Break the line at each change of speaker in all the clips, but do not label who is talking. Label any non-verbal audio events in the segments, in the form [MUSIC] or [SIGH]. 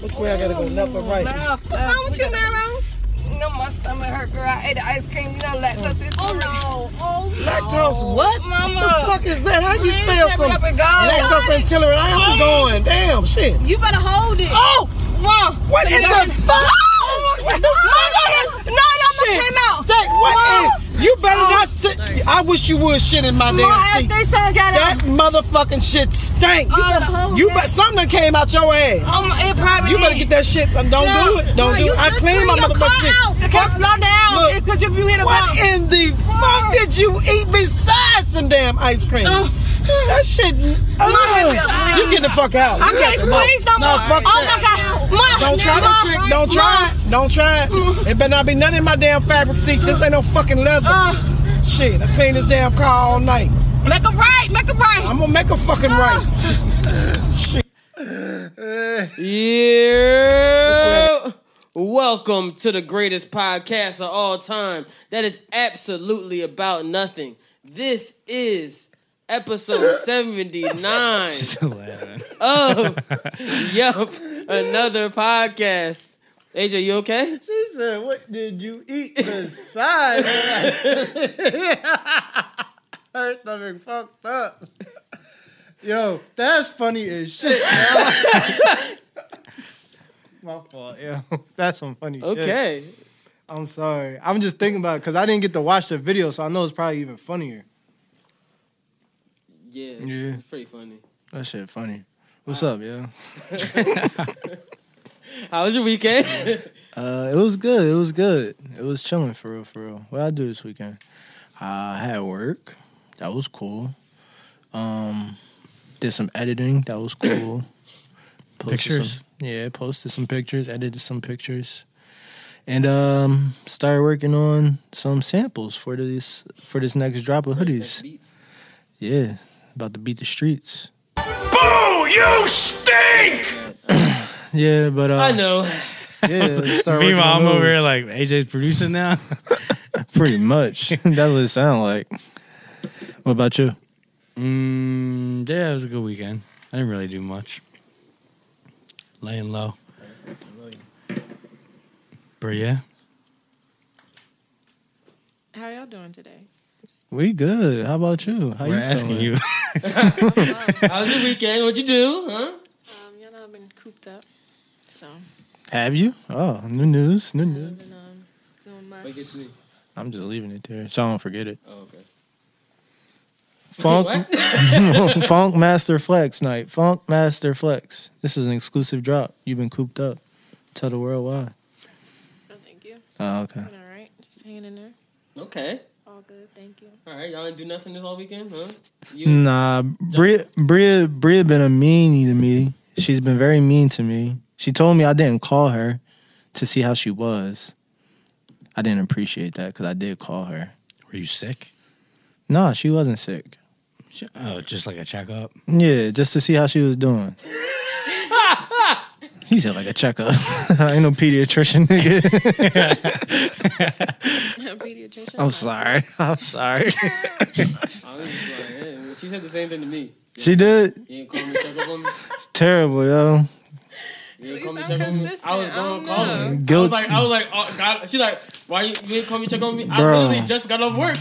Which way I gotta go? Left or right?
Left,
What's
left.
wrong with you, Vero?
You know my stomach hurt, girl. I ate the ice cream. You know lactose. It's
Oh, oh.
Lactose, what?
Mama.
What the fuck is that? How you
Man,
spell
that
some
rubber gold.
lactose intolerant? I'm going. Damn, shit.
You better hold it.
Oh!
Mom,
What in the fuck? What the fuck?
No, y'all
Shit,
came out.
Stack, what
Mom.
is? You better not sit. I wish you would shit in my
My
damn seat.
after son got
That
out.
motherfucking shit stank.
Oh,
You
the
better,
whole
you
thing.
better, something came out your ass.
Um, it probably
You better
did.
get that shit. Don't
No.
do it. Don't
Ma,
do
you
it. I
just
clean my
clean your
motherfucking
car
shit.
out.
Okay, slow down.
Look.
Because if you hit a
What
bump.
in the fuck did you eat besides some damn ice cream?
Oh.
That shit. Ugh. You get the fuck out.
I
You
can't
got the fuck-
squeeze no more.
No, fuck
oh my
that.
God. Mom,
Don't try
Mom,
that trick. Don't try it. Don't try it. It better not be none in my damn fabric seats. This ain't no fucking leather.
Uh.
Shit, I clean this damn car all night.
Mom. Make a right. Make a right.
I'm gonna make a fucking right.
Yeah. Welcome to the greatest podcast of all time. That is absolutely about nothing. This is episode 79
[LAUGHS]
of Yup, another podcast. AJ, you okay?
She said, "What did you eat [LAUGHS] besides?" Her stomach fucked up. Yo, that's funny as shit. yo. [LAUGHS] My fault, yo. [LAUGHS] That's some funny shit.
Okay.
I'm sorry. I'm just thinking about it because I didn't get to watch the video, so I know it's probably even funnier.
Yeah.
Yeah.
It's pretty funny.
That shit funny. What's up, yo?
How was
[LAUGHS]
your weekend?
Uh, it was good. It was good. It was chilling for real, for real. What I do this weekend? I had work. That was cool. Um, did some editing. That was
[COUGHS]
cool. Posted
Pictures?
Some, yeah, posted some pictures. Edited some pictures. And um, started working on some samples for this for this next drop of hoodies. Yeah, about to beat the streets. Boo! You stink. [COUGHS] yeah, but uh,
I know.
Yeah, start working
Meanwhile,
on
I'm over
those.
here like AJ's producing now. [LAUGHS]
Pretty much. [LAUGHS] That's what it sounded like. What about you?
mm, yeah, it was a good weekend. I didn't really do much. Laying low. But yeah,
How y'all doing today?
We good. How about you? How
we're
you
asking
feeling?
you. [LAUGHS]
How was your weekend? What'd you do? Huh?
Um, y'all know I've been cooped up, so
Have you? Oh, new news. New
I've
news.
been um, doing much.
Wait, it's me.
I'm just leaving it there so I don't forget it.
Oh, okay.
Funk,
What?
[LAUGHS] Funk Master Flex night. Funk Master Flex. This is an exclusive drop. You've been cooped up. Tell the world why.
Oh, thank you.
Oh, okay.
Been all right. Just hanging in there.
Okay.
All good. Thank [LAUGHS] you.
All right. Y'all didn't do nothing this whole weekend, huh? You,
Nah, Bria, Bria, Bria been a meanie to me. She's been very mean to me. She told me I didn't call her to see how she was. I didn't appreciate that because I did call her.
Were you sick?
Nah, she wasn't sick.
Sh- Oh, just like a checkup.
Yeah, just to see how she was [LAUGHS] doing. he said like a checkup. [LAUGHS] I ain't no pediatrician, nigga.
Pediatrician.
[LAUGHS] I'm sorry. I'm sorry.
I was just like, hey, she said the same thing to me.
she did
You ain't call me check up on me.
terrible, yo.
You ain't
You
call me
sound
check up on me.
consistent.
I was
I
going
don't
to call
know.
her. I was
Guilt-
like, I was like, oh, God. She's like, why you, you ain't call me check on me? I
Bruh.
literally just got off work.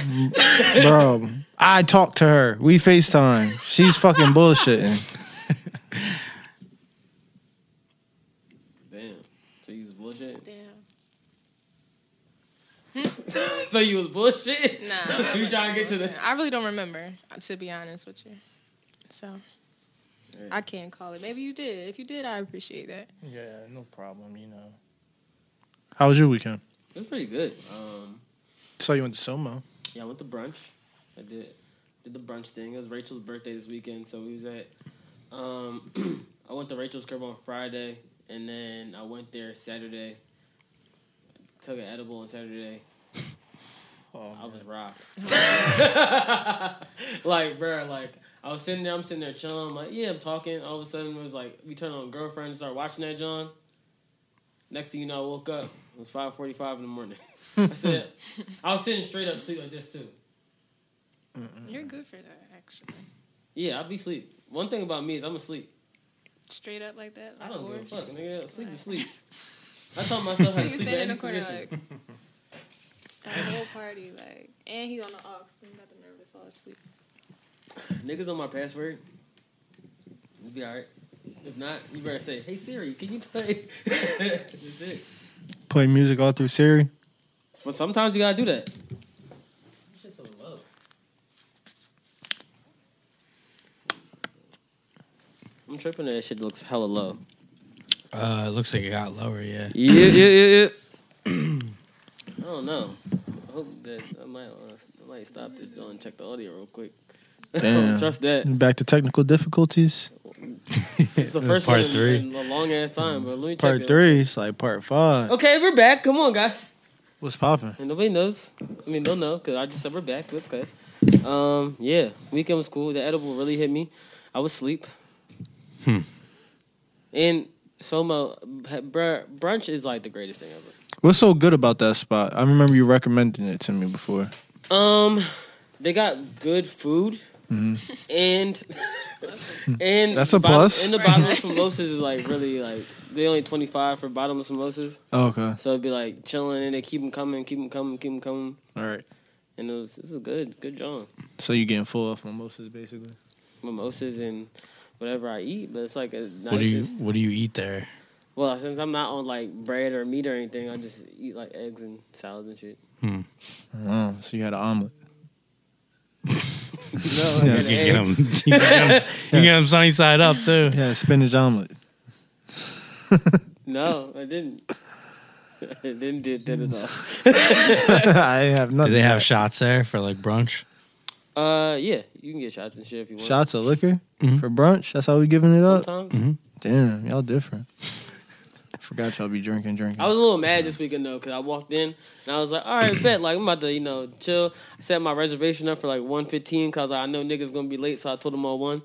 Bro, I talked to her. We FaceTime. She's fucking bullshitting.
Damn. So you was bullshit.
Damn.
So you was bullshit. [LAUGHS]
Nah. I
You
wasn't
trying to get to the?
bullshitting. I really don't remember, to be honest with you. So. I can't call it. Maybe you did. If you did, I appreciate that.
Yeah, no problem, you know. How was your weekend?
It was pretty good. Um,
So you went to Soma.
yeah, I went to brunch. I did did the brunch thing. It was [CLEARS THROAT] Rachel's birthday this weekend, so we was at. Um, I went to Rachel's crib on Friday and then I went there Saturday. Took an edible on Saturday.
Oh,
I was rocked. [LAUGHS] like, bruh, like I was sitting there, I'm sitting there chilling. I'm like, yeah, I'm talking. All of a sudden, it was like we turned on girlfriend and started watching that John. Next thing you know, I woke up. It was five forty five in the morning. [LAUGHS] I said, I was sitting straight up sleep like this too. Mm.
You're good for that, actually.
Yeah, I'd be sleep. One thing about me is I'm asleep.
Straight up like that.
I
Like
don't give a
orbs.
fuck, nigga. Sleep is sleep. [LAUGHS] I taught myself how
He was
to sleep.
standing
at
in the
any
corner
condition.
like at a whole party, like, and he on the aux. so he got the nerve to fall asleep.
Niggas on my password. You be alright. If not, you better say, hey Siri, can you play? [LAUGHS] That's it.
Play music all through Siri.
But sometimes you gotta do that. Shit's so low. I'm tripping that shit looks hella low.
Uh, it looks like it got lower. Yeah.
Yeah, yeah, yeah, yeah. I don't know. I hope that I might, uh, I might stop this though and check the audio real quick. [LAUGHS]
Damn.
Trust that.
[LAUGHS] Back to technical difficulties.
It's the first
part
one in-
three.
in a long ass time, but let me check
Part
it.
three. It's like part five.
Okay, we're back. Come on, guys.
What's popping?
And nobody knows. I mean, they'll know because I just said we're back. That's good. Um, yeah, weekend was cool. The edible really hit me. I was asleep.
Hmm.
And Soma, br- brunch is like the greatest thing ever.
What's so good about that spot? I remember you recommending it to me before.
Um, they got good food. And
[LAUGHS]
and
Mm-hmm. That's a
bottom-
plus.
And the bottomless mimosas is like really like they only twenty five for bottomless mimosas,
Oh, okay.
so it'd be like chilling and they keep them coming, keep them coming, keep them coming,
All right.
and it was this is good, good job.
So you getting full off mimosas, basically.
mimosas and whatever I eat, but it's like a nicest.
What do you What do you eat there?
well, since I'm not on like bread or meat or anything, I just eat like eggs and salads and
[LAUGHS]
shit.
Oh, so you had an omelet.
No,
Yeah, you
I get
You can
[LAUGHS] eggs.
get 'em- you can get 'em- you can get 'em sunny side up too.
Yeah, a spinach omelet.
no, I didn't. [LAUGHS] I didn't do that
[LAUGHS]
at
I didn't have
Do
nothing.
they have shots there for like brunch?
all. Uh, yeah, you can get shots and shit if you want.
shots of liquor
Mhm.
for brunch? That's how we giving it up.
Sometimes.
Damn, y'all different. Forgot y'all be drinking, drinking.
I was a little mad this weekend though, cause I walked in and I was like, all right, bet, like I'm about to, you know, chill. I set my reservation up for like 1:15, cause I know niggas gonna be late, so I told them all one.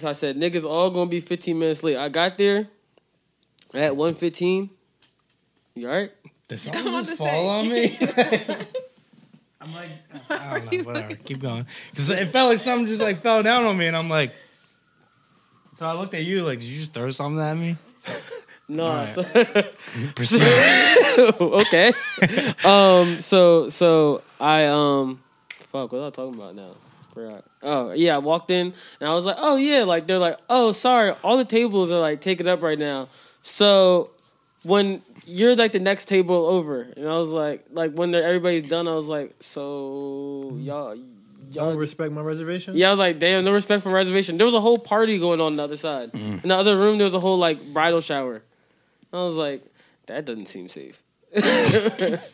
So I said niggas all gonna be 15 minutes late. I got there at 1:15. You alright? [LAUGHS]
Did
I'm
something
about to say.
on me? [LAUGHS] I'm like, I don't know, whatever. Keep going. Because it felt like something just like fell down on me, and I'm like, so I looked at you like, did you just throw something at
[LAUGHS]
me?
No.
All right.
so-
Proceed.
Oh, okay. [LAUGHS] um. So so I um. Fuck. What was I talking about now? Forgot. Oh yeah, I walked in and I was like, oh yeah, like they're like, oh sorry, all the tables are like taken up right now. So when you're like the next table over, and I was like, like when they're, everybody's done, I was like, so y'all, y'all
respect my reservation.
yeah, I was like, damn, no respect for reservation. There was a whole party going on the other side. In the other room, there was a whole like bridal shower. I was like, that doesn't seem safe. [LAUGHS]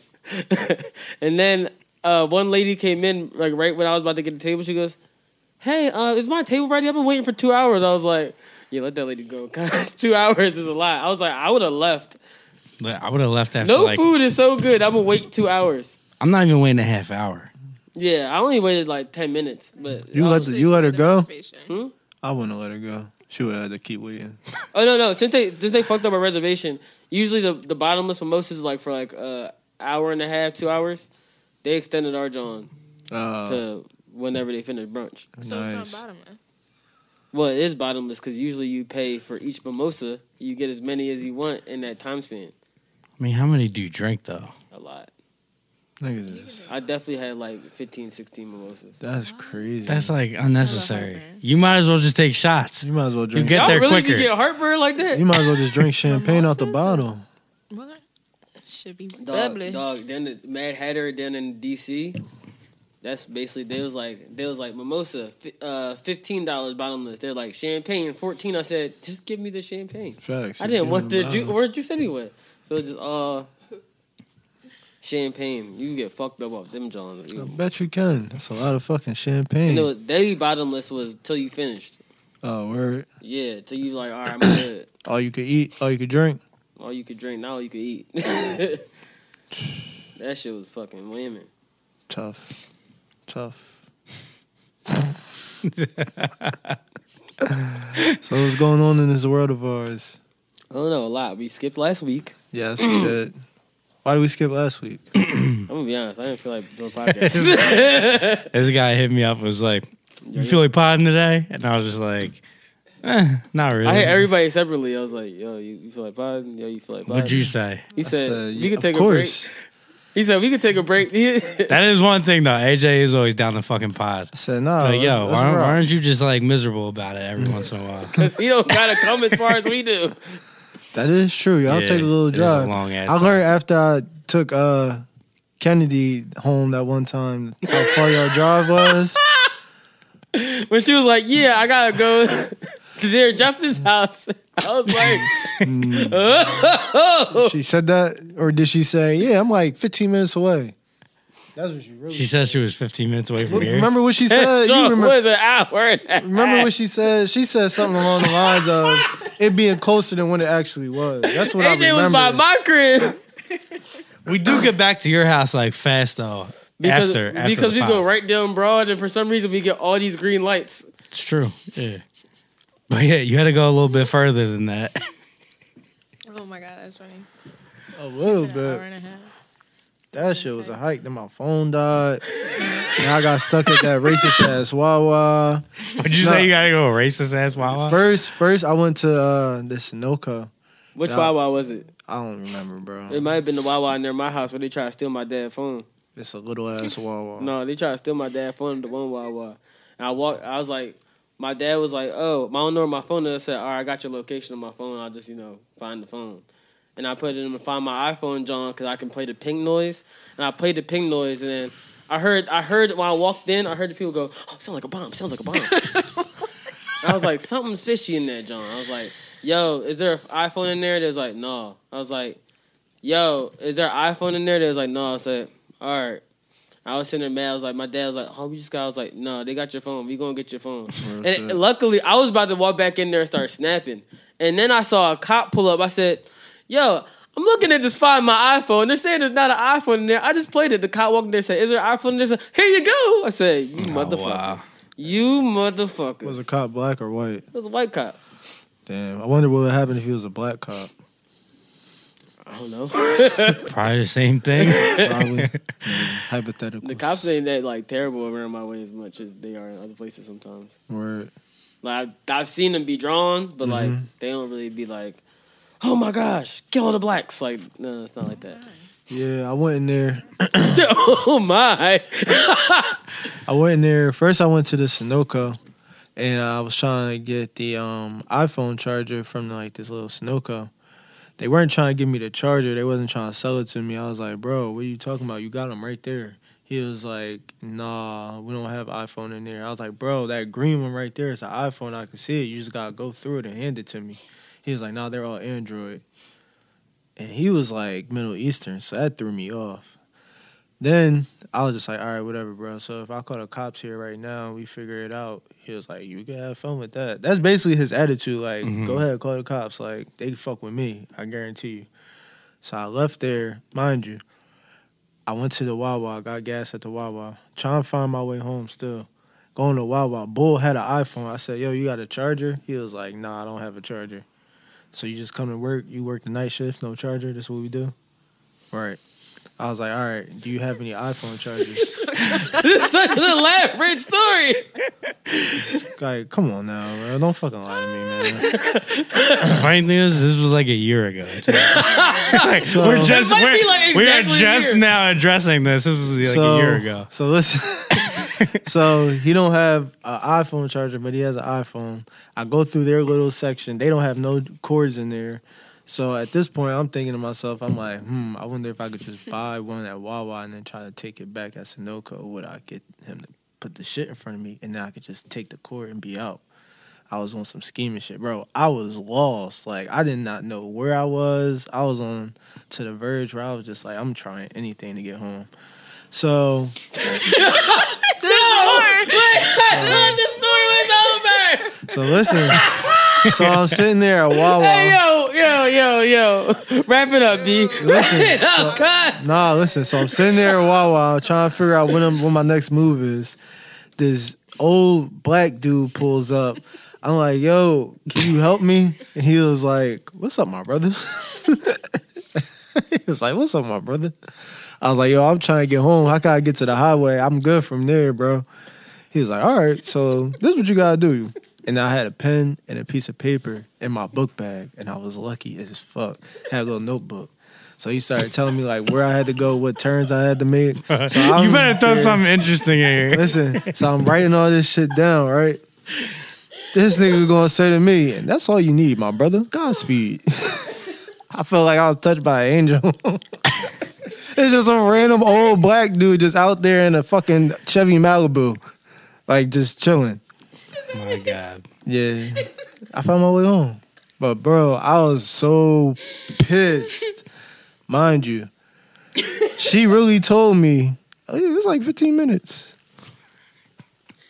and then uh, one lady came in like right when I was about to get the table. She goes, "Hey, uh, is my table ready? I've been waiting for two hours." I was like, "Yeah, let that lady go. [LAUGHS] Cause two hours is a lot." I was like, "I would have left.
I would have left after
No
like,
food is so good. I'm gonna wait two hours."
I'm not even waiting a half hour.
Yeah, I only waited like ten minutes, but
You let the, you let her go.
Hmm?
Reservation.
I wouldn't let her go. She would have had to keep waiting.
Oh no no! Since they since they fucked up our reservation, usually the, the bottomless mimosas is like for like a hour and a half, two hours. They extended our John
Uh,
to whenever they finish brunch.
So it's
nice.
not bottomless.
Well, it is bottomless because usually you pay for each mimosa. You get as many as you want in that time
I
span.
mean, how many do you drink though?
A lot.
Niggas is-
I definitely had like 15, 16 mimosas.
that's crazy.
That's like unnecessary.
heartburn.
You might as well just take shots.
you might as well drink.
get
Y'all
there
really
quicker.
could get heartburn like
You
that.
might as well just drink champagne out the
Mimosas?
bottle.
What? Should be
Dog,
bubbly.
dog. Then the Mad Hatter down in D.C. That's basically they was like they was like mimosa, fi- uh, fifteen dollars bottomless. They're like champagne fourteen. I said just give me the champagne.
Facts.
I didn't want the
Bottle.
ju- where'd you said he went? So it's just uh champagne. You get fucked up off them Johns.
I
You-
bet you can. That's a lot of fucking
You
champagne.
know they bottomless was till you finished.
oh, word.
Yeah, till you like all right, I'm good.
All you could eat, all you could drink.
All you could drink, not all you could eat. [LAUGHS] that shit was fucking women.
Tough. Tough. so what's going on in this world of ours?
I don't know a lot. We skipped last week.
Yes, we
Mm.
did. Why did we skip last week?
I'm gonna be honest. I didn't feel like doing
[LAUGHS]
podcasts.
This guy hit me up and was like, You feel like potting today? And I was just like, eh, not really.
I hit everybody separately. I was like, "Yo, you, you feel like pod? Yo, you feel like pod?"
What'd you say?
He said, "We
yeah,
could take
of course.
a break." He said, "We could take a break." [LAUGHS]
That is one thing though. AJ is always down the fucking pod.
I said,
Uh,
no.
Like, yo,
let's,
why, aren't,
rock.
why aren't you just like miserable about it every once in a while? [LAUGHS]
he don't gotta come as far as we do.
That is true. Y'all
Yeah,
take a little
it is a
drive.
long-ass
I
time.
learned after I took uh, Kennedy home that one time how far y'all drive was.
When she was like, "Yeah, I gotta go [LAUGHS] to their Justin's house," [LAUGHS] I was
[LAUGHS]
like,
She said that, or did she say, "Yeah, I'm like 15 minutes away"? That's what she really.
She said she was 15 minutes away from here.
Remember what she said?
"John,
Uh, you remember?
was an hour." and a half."
Remember what she said? She said something along the lines of it being closer than when it actually was. That's what I
AJ
remember.
was by my crib
We do get back to your house like fast though.
because,
after, after
because
the
we
pod.
go right down broad, and for some reason we get all these green lights.
It's true. Yeah. But yeah, you had to go a little bit further than that. [LAUGHS]
Oh my god, that's funny.
a little
An hour
bit.
and a half.
That shit was a hike. Then my phone died. Now I got stuck at that racist ass Wawa.
Would you
No.
say you gotta go racist ass Wawa?
First, first I went to uh, the Sunoco.
Which
Yeah.
Wawa was it?
I don't remember, bro.
It might have been the Wawa near my house where they tried to steal my dad's phone.
It's a little ass Wawa.
No, they tried to steal my dad's phone at the one Wawa. And I walked. I was like, my dad was like, "Oh, I don't know where my phone." is. I said, "All right, I got your location on my phone. I'll just you know find the phone." And I put it in and find my iPhone, John, because I can play the ping noise. And I played the ping noise, and then I heard. I heard when I walked in. I heard the people go, "Oh, sounds like a bomb. Sounds like a bomb." And I was like, "Something's fishy in there, John." I was like, "Yo, is there an iPhone in there?" They was like, "No." I was like, "Yo, is there an iPhone in there?" They was like, "No." I said, "All right." I was sitting there mad. I was like, my dad was like, oh, we just got. I was like, no, they got your phone. We gonna get your phone. and
shit.
luckily, I was about to walk back in there and start snapping. And then I saw a cop pull up. I said, yo, I'm looking at this find my iPhone. They're saying there's not an iPhone in there. I just played it. The cop walked in there and said, is there an iPhone in there? He said, Here you go. I said, you motherfuckers.
wow.
You motherfuckers.
Was a cop black or white?
It was a white cop.
Damn. I wonder what would happen if he was a black cop.
I don't know.
Probably the same thing.
Probably. Hypothetical.
the cops ain't that like terrible around my way as much as they are in other places sometimes.
Word.
Like I've, I've seen them be drawn, but like they don't really be like, "Oh my gosh, kill all the blacks!" Like no, it's not like that.
Yeah, I went in there.
[LAUGHS] oh my!
I went in there. First, I went to the Sunoco, and I was trying to get the um, iPhone charger from like this little Sunoco. They weren't trying to give me the charger. They wasn't trying to sell it to me. I was like, "Bro, what are you talking about? You got them right there." He was like, "Nah, we don't have iPhone in there." I was like, "Bro, that green one right there is an iPhone. I can see it. You just gotta go through it and hand it to me." He was like, "Nah, they're all Android." And he was like Middle Eastern, so that threw me off. Then I was just like, all right, whatever, bro. So if I call the cops here right now and we figure it out, he was like, you can have fun with that. That's basically his attitude. Like, go ahead, call the cops. Like, they can fuck with me. I guarantee you. So I left there, mind you. I went to the Wawa, got gas at the Wawa, trying to find my way home still. Going to Wawa, Bull had an iPhone. I said, yo, you got a charger? He was like, nah, I don't have a charger. So you just come to work, you work the night shift, no charger, that's what we do? Right. I was like, all right, do you have any iPhone chargers?
Such an elaborate story.
like, come on now, bro. Don't fucking lie to me, man.
Funny thing is, this was like a year ago. too. [LAUGHS]
So-
we're just
It might
we're,
be, like,
we are
exactly a
just
year.
now addressing this. This was like a year ago.
So listen. [LAUGHS] so he don't have an iPhone charger, but he has an iPhone. I go through their little section. They don't have no cords in there. So at this point, I'm thinking to myself, I'm like, hmm, I wonder if I could just buy one at Wawa and then try to take it back at Sunoco. Would I get him to put the shit in front of me and then I could just take the cord and be out? I was on some scheming shit, bro. I was lost. Like I did not know where I was. I was on to the verge where I was just like, I'm trying anything to get home. So
[LAUGHS] This is I love this story. What's
So
over?
listen, So
[LAUGHS]
I'm sitting there at Wawa.
Hey, yo, yo, yo, yo. Wrap it up, B. Wrap
Listen,
it up, cuz.
Nah, listen. So I'm sitting there at Wawa trying to figure out when I'm, when my next move is. This old black dude pulls up. I'm like, "Yo, can you help me?" And he was like, "What's up, my brother?" [LAUGHS] he was like, "What's up, my brother?" I was like, "Yo, I'm trying to get home. How can I get to the highway? I'm good from there, bro." He was like, "All right, so this is what you gotta do." And I had a pen and a piece of paper in my book bag, and I was lucky as fuck. had a little notebook. So he started telling me like where I had to go, what turns I had to make. So I'm
um,
you better throw
here.
something interesting in [LAUGHS] here.
Listen, so I'm writing all this shit down, right? This nigga gonna say to me, and that's all you need, my brother. Godspeed. [LAUGHS] I felt like I was touched by an angel. [LAUGHS] it's just a random old black dude just out there in a fucking Chevy Malibu, like just chilling.
My God.
Yeah, I found my way home. But bro, I was so pissed. Mind you, she really told me "Oh, yeah, it's like 15 minutes.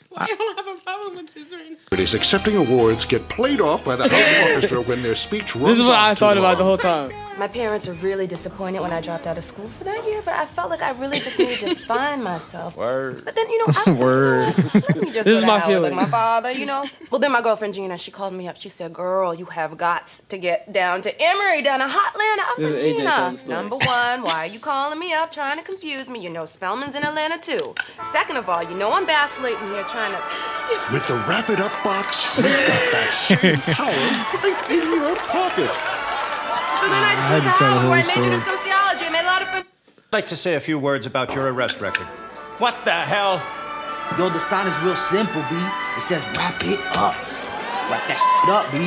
Why you don't have a problem with this right now?
celebrities accepting awards get played off by the house orchestra when their speech runs
This is what
on
I
too
thought about
long.
the whole time.
My parents were really disappointed when I dropped out of school for that year, but I felt like I really just needed to find myself. Word. But then, you know, I was
Word.
Like, "Well, let me just
This
go
is
to
my
Howard
feeling.
Like my father, you
[LAUGHS]
know. Well, then my girlfriend Gina, she called me up. She said, "Girl, you have got to get down to Emory, down to Hotland." I was
This
like,
is AJ telling
"Gina,
the story.
number one, why are you calling me up trying to confuse me? You know, Spellman's in Atlanta too. Second of all, you know I'm vacillating here trying to."
With the wrap it up box, you've got that same
[LAUGHS]
power right in your pocket.
So then I
had
just
to
went to
tell the
Howard,
whole
where I majored in
story.
sociology, I made a lot of friends.
I'd like to say a few words about your arrest record. What the hell?
Yo, the sign is real simple, B. It says wrap it up. Wrap that shit up, B.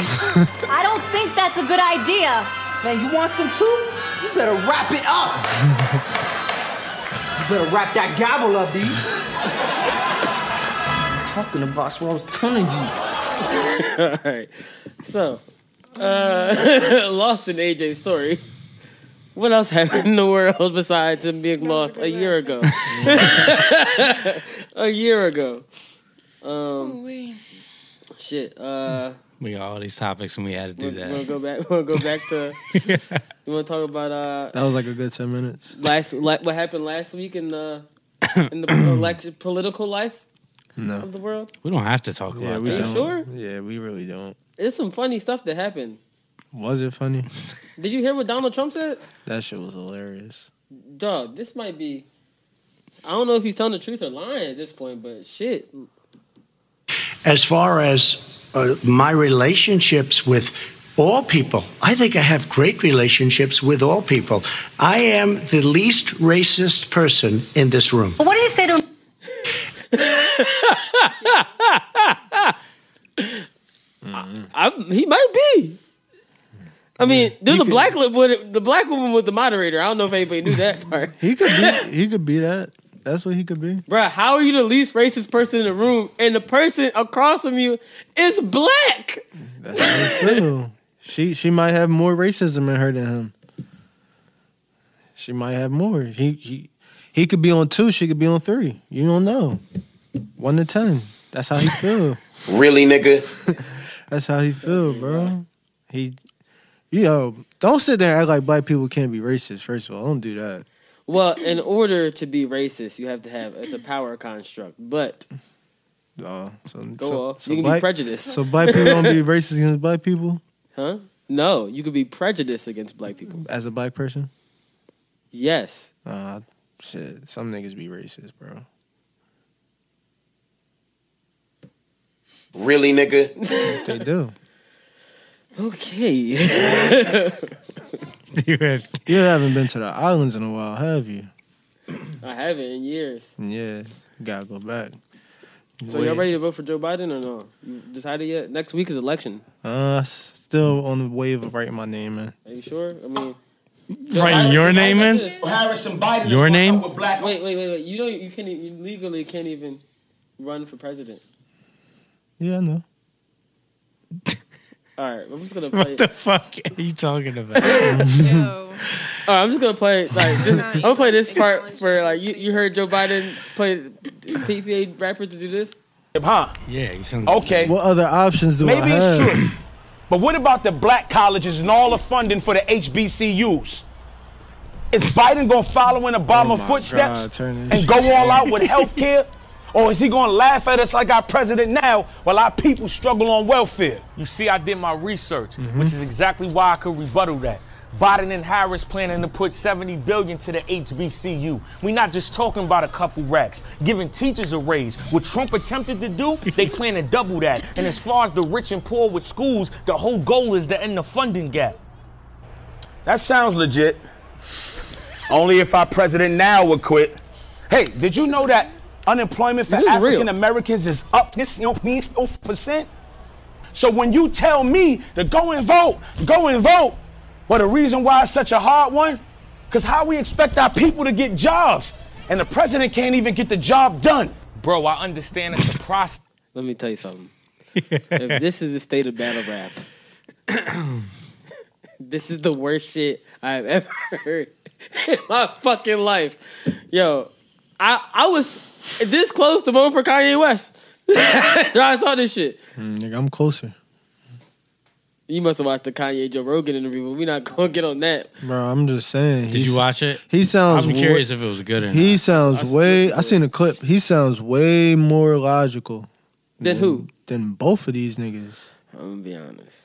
I don't think that's a good idea.
Man, you want some too? You better wrap it up. you better wrap that gavel
[LAUGHS]
up, B. Talking about that's what I was telling you.
[LAUGHS] All right. So, uh, [LAUGHS] lost in AJ's story. What else happened in the world besides him being lost a year ago? [LAUGHS] a year ago. Um,
Ooh-wee.
shit. Uh,
We got all these topics and we had to do
we'll, we'll
that.
go back. We'll go back to.
[LAUGHS]
you want to talk about uh
That was like a good 10 minutes.
last la- what happened last week in the in the [CLEARS THROAT] elect- political life
No.
of the world?
We don't have to talk
Yeah,
about
we
you
that.
don't.
sure?
Yeah, we really don't.
There's some funny stuff that happened.
Was it funny?
Did you hear what Donald Trump said?
That shit was hilarious.
dog, this might be. I don't know if he's telling the truth or lying at this point, but shit.
As far as uh, my relationships with all people, I think I have great relationships with all people. I am the least racist person in this room.
What do you say to
I, he might be. I mean, there's a black li- with the black woman with the moderator. I don't know if anybody knew that part,
He could be he could be that. That's what he could be.
Bruh, How are you the least racist person in the room, and the person across from you is black?
That's how he feel. She she might have more racism in her than him. She might have more. He he he could be on two, she could be on three. You don't know. One to ten. That's
[LAUGHS]
how he feel.
Really, nigga?
[LAUGHS] That's how he feel, bro. He yo, don't sit there and act like black people can't be racist, first of all. Don't do that.
Well, in order to be racist, you have to have it's a power construct. But
Oh, so
go
so,
off,
so
you can be
black-
prejudiced,
So black people don't
[LAUGHS]
be racist against black people
huh? No, you could be prejudiced against black people.
as a black person.
Yes,
Uh, shit, some niggas be racist, bro.
Really, nigga?
[LAUGHS] They do.
Okay.
[LAUGHS]
You haven't been to the islands in a while, have you?
I haven't in years.
Yeah, you gotta go back.
So y'all ready to vote for Joe Biden or no? You decided yet? Next week is election.
Uh, s- still on the wave of writing my name in.
Are you sure? I mean,
Writing your name in?
Harrison Biden.
Your name?
Wait, wait, wait, wait. You know you can't. e- You legally can't even run for president.
Yeah, I know.
All right, I'm just gonna play.
What
It.
the fuck are you talking
[LAUGHS]
about?
Yo,
All right, I'm just gonna play like. This,
Not
I'm gonna play this
even
part
acknowledge
for
that
like you.
state.
You heard Joe Biden play PPA rapper to do this.
[LAUGHS] Yeah, you sound like [LAUGHS]
Okay.
What other options do I
Maybe it's
have?
true.
But what about the black colleges and all the funding for the HBCUs? Is Biden gonna follow in Obama
Oh God,
footsteps
turn this
and go all out with health care? Or is he gonna laugh at us like our president now while our people struggle on welfare? You see, I did my research,
Mm-hmm.
which is exactly why I could rebuttal that. Biden and Harris planning to put 70 billion to the HBCU. We're not just talking about a couple racks, giving teachers a raise. What Trump attempted to do,
[LAUGHS]
they plan to double that. And as far as the rich and poor with schools, the whole goal is to end the funding gap. That sounds legit. Only if our president now would quit. Hey, did you know that unemployment for
It is real.
African Americans is up this you know, means no percent? So when you tell me to go and vote, go and vote, well, the reason why it's such a hard one, because how we expect our people to get jobs, and the president can't even get the job done. Bro, I understand it's a process.
Let me tell you something. if this is the state of battle rap, [COUGHS] this is the worst shit I've ever [LAUGHS] heard in my fucking life. Yo, I I was this close to voting for Kanye West. [LAUGHS] I saw this shit.
Mm, nigga, I'm closer,
You must have watched the Kanye Joe Rogan interview, but we're not gonna get on that.
bro. I'm just saying.
Did
he's-
you watch it?
He sounds.
I'm
wa-
curious if it was good or not.
He sounds way. I seen a clip. He sounds way more logical
Then who?
than both of these niggas.
I'm gonna be honest.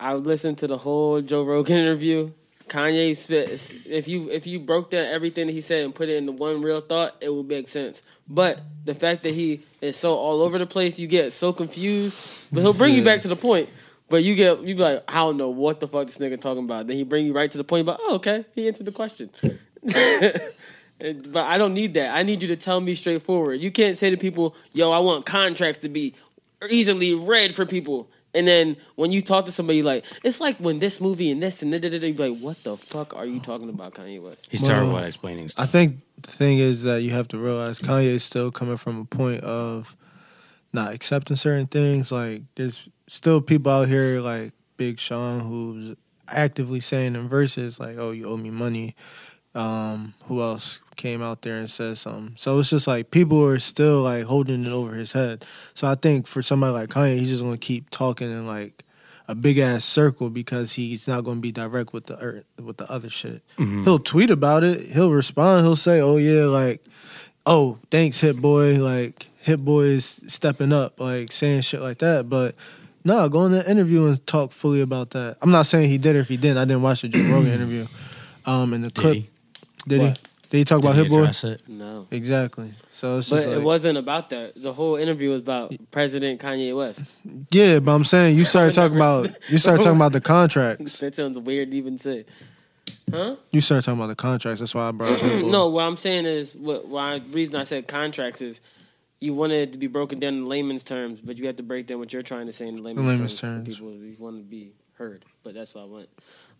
I listened to the whole Joe Rogan interview. Kanye spit. If you if you broke down everything that he said and put it into one real thought, it would make sense. But the fact that he is so all over the place, you get so confused. But he'll bring you back to the point. But you get you be like, I don't know what the fuck this nigga talking about. Then he bring you right to the point. But oh, okay, he answered the question. And- but I don't need that. I need you to tell me straightforward. You can't say to people, "Yo, I want contracts to be easily read for people." And then when you talk to somebody, you like it's like when this movie and this and da da da, da, you be like, "What the fuck are you talking about, Kanye West?"
He's terrible
Well,
at explaining stuff.
I think the thing is that you have to realize Kanye's still coming from a point of not accepting certain things. Like there's still people out here like Big Sean who's actively saying in verses like, "Oh, you owe me money." Um, who else came out there and said something? So it's just like people are still like holding it over his head. So I think for somebody like Kanye, he's just gonna keep talking in like a big ass circle because he's not gonna be direct with the er, with the other shit he'll tweet about it. He'll respond. He'll say, "Oh yeah, like, oh thanks, Hit Boy. Like, Hit Boy is stepping up. Like, saying shit like that." But no, nah, go in the interview and talk fully about that. I'm not saying he did or if he didn't. I didn't watch the Joe Rogan interview. Um, in the clip, did he? Did he,
What?
talk
Did
about
he
Hit Boy?
address it?
No.
Exactly. So it's
But
just
it
like,
wasn't about that. The whole interview was about President Kanye West. [LAUGHS]
yeah. But I'm saying you started talking about you started talking about the contracts.
that sounds weird to even say, huh?
You started talking about the contracts. That's why I brought up Hit Boy.
no, what I'm saying is, what why the reason I said contracts is you wanted it to be broken down in layman's terms, but you have to break down what you're trying to say in layman's,
layman's
terms. for
terms.
People, you want to be heard, but that's what I want.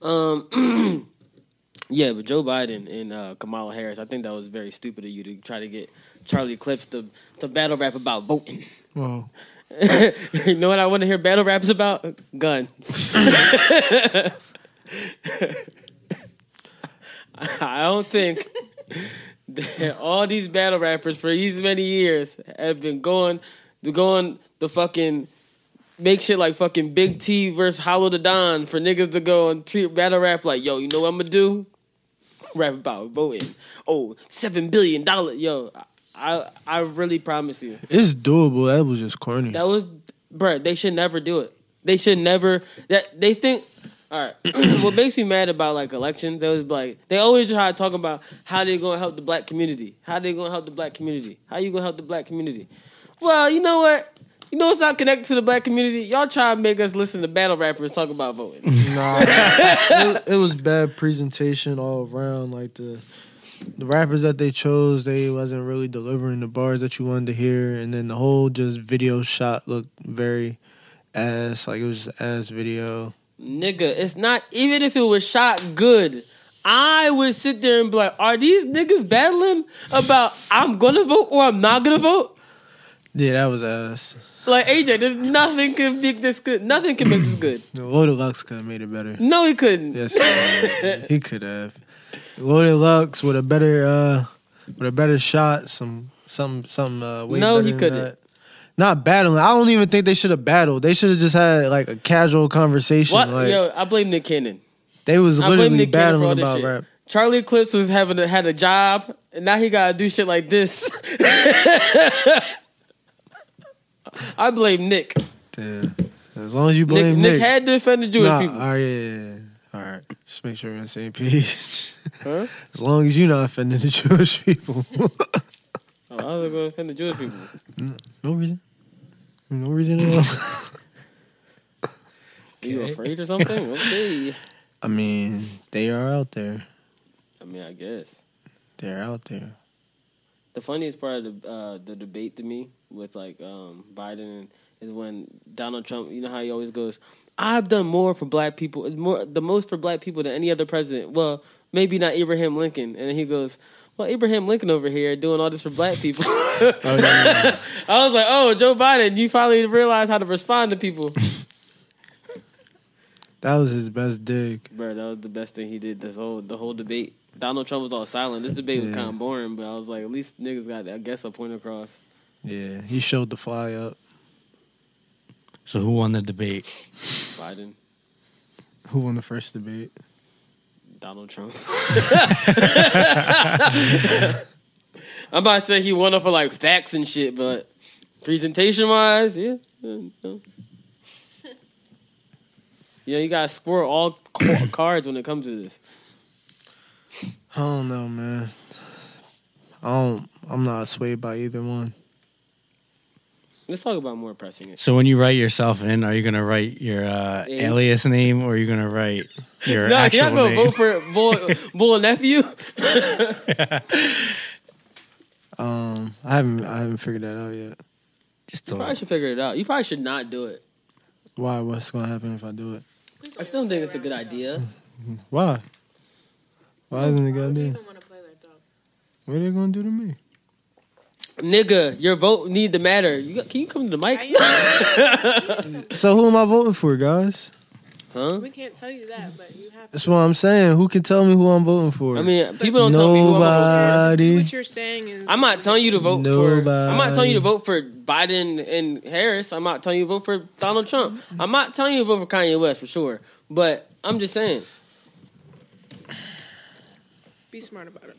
Um, [CLEARS THROAT] yeah, but Joe Biden and uh, Kamala Harris, I think that was very stupid of you to try to get Charlie Clips to to battle rap about voting.
Whoa.
[LAUGHS] you know what I want to hear battle raps about? Guns. [LAUGHS] I don't think that all these battle rappers for these many years have been going the going the fucking make shit like fucking Big T versus Hollow the Don for niggas to go and treat battle rap like, yo, you know what I'm gonna do? Rap about voting. Oh, seven billion dollar yo, I I really promise you.
It's doable. That was just corny.
That was, bruh, They should never do it. They should never. That they think. All right. [CLEARS THROAT] what makes me mad about like elections? They was like they always try to talk about how they gonna help the black community. How they gonna help the black community? How you gonna help the black community? Well, you know what? You know it's not connected to the black community. Y'all try to make us listen to battle rappers talk about voting.
[LAUGHS] Nah, it, it was bad presentation all around. Like the the rappers that they chose, they wasn't really delivering the bars that you wanted to hear, and then the whole just video shot looked very ass. Like it was just ass video.
Nigga, it's not even if it was shot good. I would sit there and be like, are these niggas battling about I'm gonna vote or I'm not gonna vote?
Yeah, that was ass.
Like AJ, there's nothing can make this good. Nothing can make this
[CLEARS THROAT]
good.
Loaded Lux could have made it better.
No, he couldn't.
Yes, [LAUGHS] he, he could have. Loaded Lux with a better uh with a better shot, some some some uh way
No,
better
he
than
couldn't.
that. Not battling. I don't even think they should have battled. They should have just had like a casual conversation.
What?
Like
Yo, I blame Nick Cannon.
they was
I blame
literally
Nick Cannon for all
battling
this
about
shit.
rap.
Charlie Eclipse was having a, had a job, and now he gotta do shit like this. [LAUGHS] I blame Nick.
As long as you blame
Nick,
Nick,
Nick had to defend the Jewish
Nah,
people.
All right, yeah, yeah, yeah. All right. Just make sure we're on the same page. [LAUGHS]
Huh?
as long as you're not offending the [LAUGHS] Jewish people.
Oh, I was gonna defend the Jewish people.
no reason. No reason at all. [LAUGHS]
Are you afraid or something? Okay.
I mean, they are out there.
I mean, I guess
They're out there.
the funniest part of the uh, the debate to me with like um, Biden is when Donald Trump. You know how he always goes, "I've done more for black people, more the most for black people than any other president." Well, maybe not Abraham Lincoln, and he goes. Well, Abraham Lincoln over here doing all this for black people. [LAUGHS]
Oh,
I was like, oh, Joe Biden, you finally realize how to respond to people.
That was his best dig.
Bro, that was the best thing he did. This whole the whole debate. Donald Trump was all silent. This debate was
Yeah.
kind of boring, but I was like, at least niggas got, I guess, a point across.
Yeah, he showed the fly up.
So who won the debate?
Biden,
Who won the first debate?
Donald Trump. [LAUGHS] I'm about to say he won up for like facts and shit, but presentation wise, yeah. yeah, [LAUGHS] no. Yeah, you gotta square all ca- [COUGHS] cards when it comes to this.
I don't know, man. I don't. I'm not swayed by either one.
Let's talk about more pressing. issues.
So when you write yourself in, are you gonna write your uh,
Age.
alias name or are you gonna
[LAUGHS]
write your
Nah,
actual
y'all gonna
name?
vote for
[LAUGHS]
bull, bull nephew?
Um, I haven't. I haven't figured that out yet.
Just
You probably should figure it out. You probably should not do it.
Why? What's gonna happen if I do it?
I still don't think it's a good idea.
Why? Why isn't it goddamn? What are they gonna do to me?
Nigga, your vote need to matter. You got, can you come to the mic?
So who am I voting for, guys?
huh?
We can't tell you that, but you have.
That's what I'm saying. Who can tell me who I'm voting for?
I mean, people don't tell me who I'm
Nobody.
What you're saying is
I'm not telling you to vote for. I'm not telling
Nobody.
you to vote for Biden and Harris. I'm not telling you to vote for Donald Trump. I'm not telling you to vote for Kanye West for sure. But I'm just saying,
be smart about it.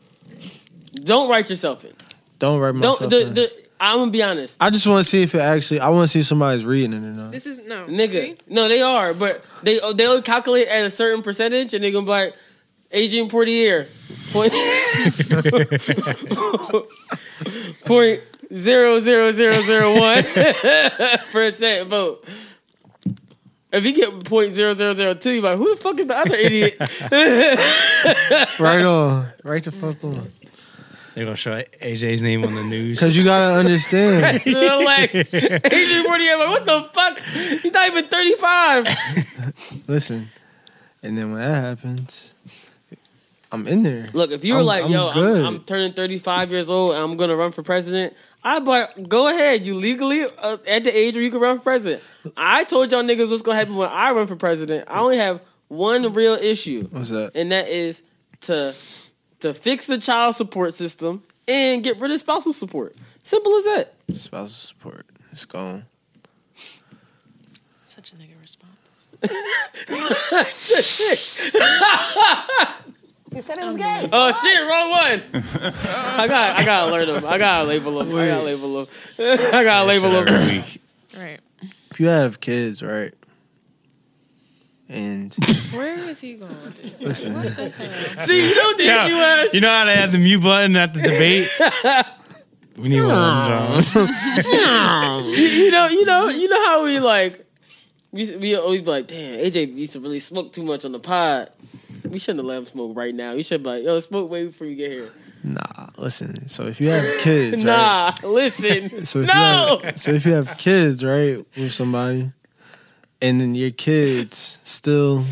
don't write yourself in.
Don't write myself.
Don't. The,
in.
the, I'm gonna be honest,
I just want to see if it actually. I want to see if somebody's reading it or not.
This is no
nigga. No, they are, but they they'll calculate at a certain percentage, and they're gonna be like Adrian Portier point [LAUGHS] point zero zero zero zero one [LAUGHS] percent vote. If you get point zero zero zero two, you're like, who the fuck is the other idiot? [LAUGHS]
right on. Right the fuck on.
They're gonna show AJ's name on the
[LAUGHS]
news.
Because you gotta understand.
They're like, Adrian Portier, like, what the fuck? He's not even thirty five.
Listen, and then when that happens, I'm in there.
Look, if you were
I'm-
like,
I'm
yo,
good.
I'm, I'm turning 35 years old and I'm going to run for president, I'd be like, go ahead. You legally uh, at the age where you can run for president. I told y'all niggas what's going to happen when I run for president. I only have one real issue,
What's that?
and that is to to fix the child support system and get rid of spousal support. Simple as that.
Spousal support. It's gone.
Such a nigga response.
You said it was gay.
Oh shit, wrong one. [LAUGHS] I got I gotta alert him. I gotta label him. I gotta label him. I gotta label him.
Right.
If you have kids, right?
[LAUGHS]
And
Where is he going with this?
Listen.
What the hell?
See, you know the
Yeah.
issue was
You know how to have the mute button at the debate? We need one of them, [LAUGHS]
you, you know, you know, you know how we like. We we always be like, damn, AJ used to really smoke too much on the pod. We shouldn't have let him smoke right now. We should be like, yo, smoke way before you get here.
nah, listen. So if you have kids, right?
Nah, [LAUGHS] listen,
So if
no.
You have, so if you have kids, right, with somebody, and then your kids still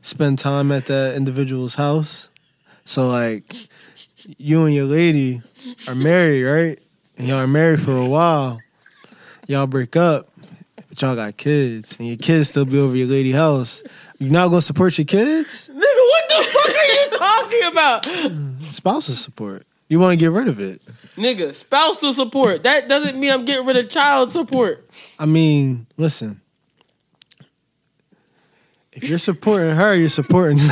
spend time at that individual's house, so like you and your lady are married, right? And y'all are married for a while. Y'all break up, but y'all got kids, and your kids still be over your lady house. you not gonna support your kids?
Nigga, what the fuck are you talking about?
Spousal support. You want to get rid of it.
Nigga, spousal support. That doesn't mean I'm getting rid of child support.
I mean, listen. If you're supporting her, you're supporting. [LAUGHS]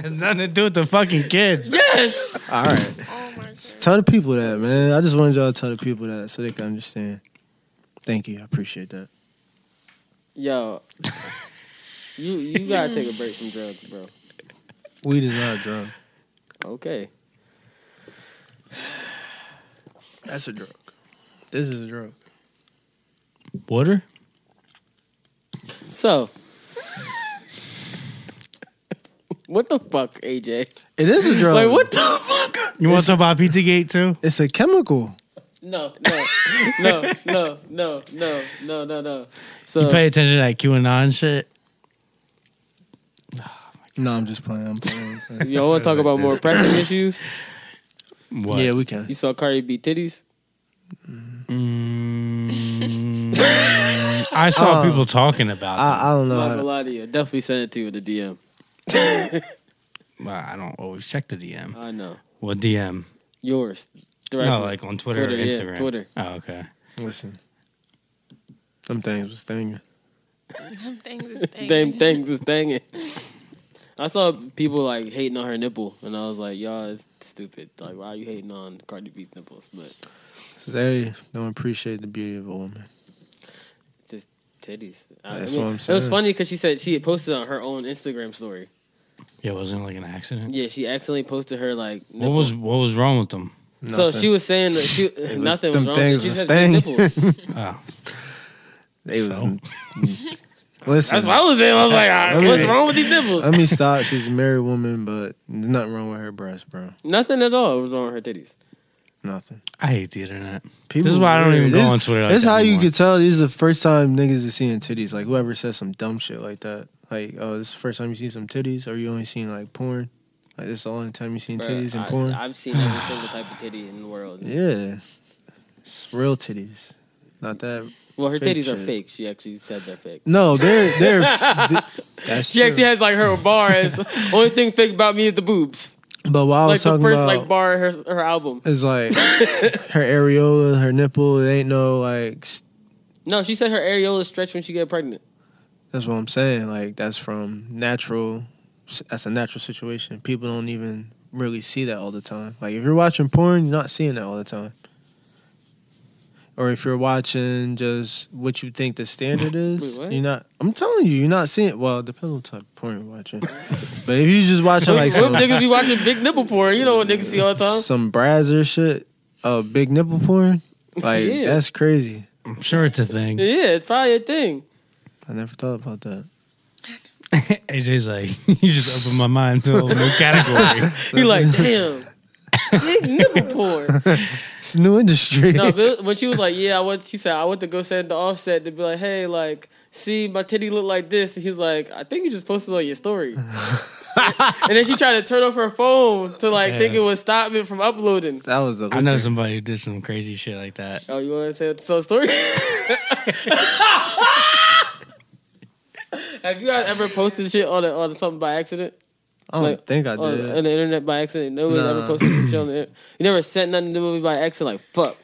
Has nothing to do with the fucking kids.
Yes.
All right. Just tell the people that, man. I just wanted y'all to tell the people that so they can understand. Thank you. I appreciate that.
Yo, you you gotta take a break from drugs, bro.
Weed is not a drug.
Okay.
That's a drug. This is a drug.
Water?
So, what the fuck, AJ?
It is a drug.
Like what the fuck?
You want to talk about Pizzagate too?
It's a chemical.
No, no, no, no, no, no, no, no, no. So
you pay attention to that QAnon shit?
No, I'm just playing. I'm playing. I'm [LAUGHS] playing.
Y'all want to talk about more pressing issues?
What?
Yeah, we can.
You saw Cardi B titties?
Mm. I saw
Uh,
people talking about that.
I, I don't
I'm
know.
not
how-
gonna lie to you. Definitely send it to you with a DM.
Well, I don't always check the DM.
I know
What DM?
yours.
No, like on Twitter, or
yeah,
Instagram.
Twitter.
Oh, okay.
Listen, them things was stinging.
Them things [LAUGHS] is things.
Them things was thanging. I saw people like hating on her nipple, and I was like, "Y'all, it's stupid. Like, why are you hating on Cardi B's nipples?" But
They don't appreciate the beauty of a woman.
just titties. I,
That's
I mean,
what I'm
It was
saying.
funny because she said she had posted on her own Instagram story.
Yeah, wasn't it like an accident?
Yeah, she accidentally posted her like.
What was what was wrong with them?
So she was saying that
[LAUGHS]
she [LAUGHS]
It was-
nothing
them
was wrong.
things
she
was
said her
stinging. [LAUGHS]
nipples.
Oh.
They was.
[LAUGHS]
Listen,
That's what I was saying. I was like, "Ah,
Let me-
"What's wrong with these nipples?"
Let me stop. She's a married woman, but there's nothing wrong with her breast, bro.
Nothing at all was wrong with her titties.
Nothing.
I hate the internet. this is why I don't even go
this,
on Twitter. Like
this is
that
how you
anymore.
could tell these is the first time niggas is seeing titties. Like whoever says some dumb shit like that. Like, oh, this is the first time you seen some titties, or you only seen like porn. Like this is the only time you seen
Bruh,
titties and
I,
porn.
I've
[SIGHS]
seen every single type of titty in the world.
yeah, it's real titties, not that.
Well, her
fake
titties are
shit.
fake. She actually said
[LAUGHS]
they're fake.
No, they're
[LAUGHS]
they're. th- that's
she actually
true.
has like her bar as [LAUGHS] only thing fake about me is the boobs.
But while I
Like
was
the
talking
first
about,
like bar her her album.
It's
[LAUGHS]
like her areola, her nipple. It ain't no like. s-
No, she said her areola stretched when she got pregnant.
That's what I'm saying. Like that's from natural. s- That's a natural situation. People don't even really see that all the time. Like if you're watching porn, you're not seeing that all the time. Or if you're watching just what you think the standard is,
[LAUGHS] Wait, what?
you're not. I'm telling you, you're not seeing. Well, depending on the type of porn you're watching. but if you just watching like
Whoop,
some
niggas be watching big nipple porn. You know what niggas see all the time.
some Brazzer shit, uh, big nipple
[LAUGHS]
porn, like
Yeah.
that's crazy.
I'm sure it's a thing. [LAUGHS]
Yeah, it's probably a thing.
I never thought about that.
AJ's like, [LAUGHS] you just opened my mind to a whole new [LAUGHS] category.
[LAUGHS]
He like, damn, big nipple porn.
It's a new industry. [LAUGHS]
No, but when she was like, yeah, I went. She said I went to go send the offset to be like, hey, like, see, my titty look like this. And he's like, I think you just posted on
[LAUGHS]
your story. and then she tried to turn off her phone to like think it
Yeah.
would stop it from uploading.
that was the.
I know somebody who did some crazy shit like [LAUGHS] that.
Oh, you want to say tell a story? [LAUGHS] Have you guys ever posted shit on a, on something by accident?
I don't
like, oh,
think I
on,
did.
on the internet by accident. Nobody ever
Nah.
posted
[LAUGHS]
some shit on the internet. You never sent nothing to nobody by accident. Like fuck.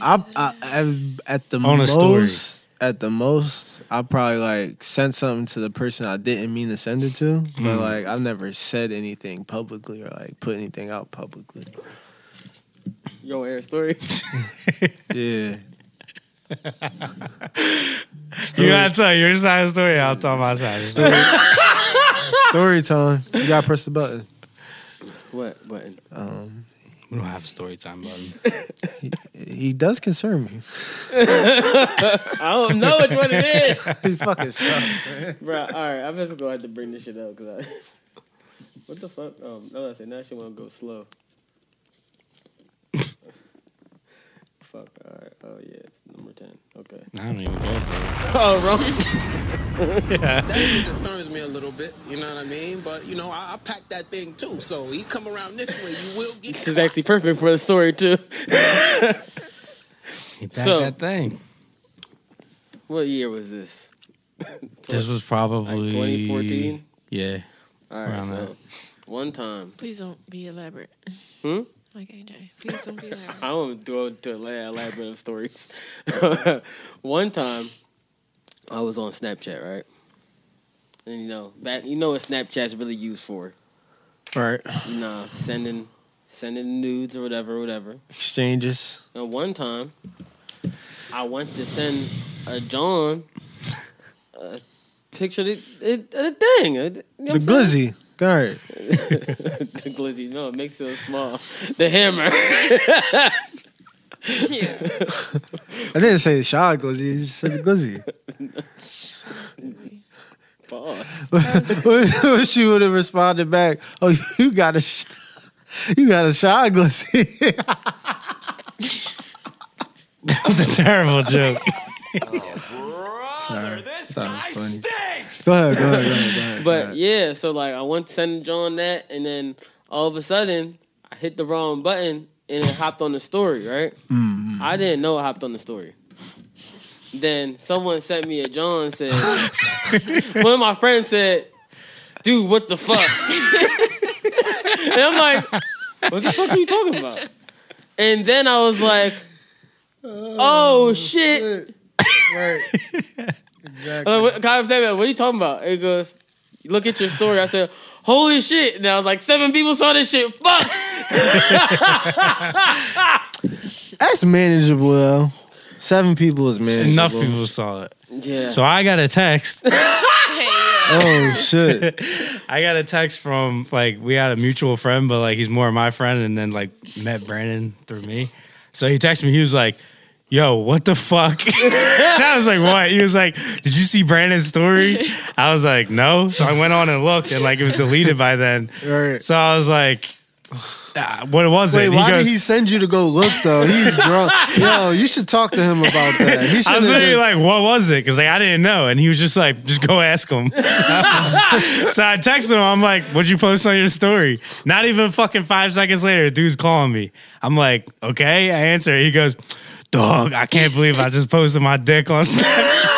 I, I, I at the
On a
most
story.
at the most I probably like sent something to the person I didn't mean to send it to, but like I've never said anything publicly or like put anything out publicly.
Yo, air story. [LAUGHS]
Yeah.
You
story,
gotta tell your side of the story. I'll tell my side. Of the story.
[LAUGHS] story, story time. You gotta press the button.
what button?
Um,
We don't have story time, buddy.
he does concern me.
I don't know which one it
[LAUGHS]
is,
he fucking sucks.
bro. All right, I'm just gonna have to bring this shit up because I. [LAUGHS] What the fuck? Um, no, I said now she wanna go slow. fuck. All right. Oh yeah, it's number ten. Okay.
[LAUGHS] I don't even care for it.
Oh, wrong.
It concerns me a little bit, you know what I mean? But you know, I, I packed that thing too, so he come around this way, you will get.
This is actually perfect for the story too.
He packed
So-
that thing.
What year was this?
[LAUGHS] This was probably
2014?
Yeah, [LAUGHS]
All right,
Around
so One time.
Please don't be elaborate.
Hmm?
Like AJ. Please don't be elaborate.
[LAUGHS] I don't do to elaborate of stories. [LAUGHS] One time, I was on Snapchat, right? And you know, back you know what Snapchat's really used for?
All right.
You know, sending sending nudes or whatever, whatever.
Exchanges.
And one time, I went to send a John a picture of the, it- of the thing. uh, you know
the
what I'm saying?
glizzy. All right.
the glizzy. No, it makes it small. The hammer.
I
[LAUGHS]
didn't say the shower glizzy. You just said the glizzy. what if she would have responded back? Oh, you got a, sh- you got a shower glizzy. that
was a terrible joke.
Sorry, this guy stinks. Go ahead, go ahead, go ahead, go ahead.
But yeah, so like I went to send John that, and then all of a sudden I hit the wrong button and it hopped on the story, right?
Mm.
I didn't know it hopped on the story. Then someone sent me a John [LAUGHS] said, one of my friends said, "Dude, what the [LAUGHS] fuck?" and I'm like, "What the fuck are you talking about?" And then I was like, "Oh shit!" [LAUGHS]
Exactly.
I'm like, what, Kyle's like, what are you talking about? And he goes, look at your story. I said, holy shit. And I was like, seven people saw this shit. Fuck.
That's manageable. though. Seven people is
[LAUGHS]
manageable.
Enough people saw it.
Yeah.
So I got a text.
oh shit!
I got a text from like we had a mutual friend, but like he's more my friend, and then like met Brandon through me. So he texted me. He was like, "Yo, what the fuck?" [LAUGHS] And I was like, "What?" He was like, "Did you see Brandon's story?" I was like, "No." So I went on and looked, and like it was deleted by then. So I was like. "Ah, What was
Wait,
it?
why did he send you to go look though? He's drunk. Yo, you should talk to him about that. He
I was
shouldn't
literally
have-
like, "What was it?" Because like I didn't know, and he was just like, "Just go ask him." [LAUGHS] so I texted him. I'm like, "What'd you post on your story?" Not even fucking five seconds later, the dude's calling me. I'm like, "Okay," I answer. He goes, "Dog, I can't believe I just posted my dick on [LAUGHS] Snapchat."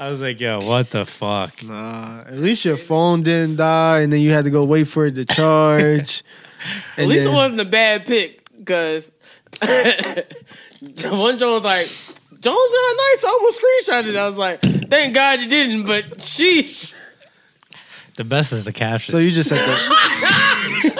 I was like, "Yo, what the fuck?"
Nah, uh, at least your phone didn't die, and then you had to go wait for it to charge.
At
And
least
then-
it wasn't a bad pick because [LAUGHS] one John was like, John's not nice. I almost screenshotted it. I was like, thank God you didn't, but sheesh.
The best is the caption.
So you just said that.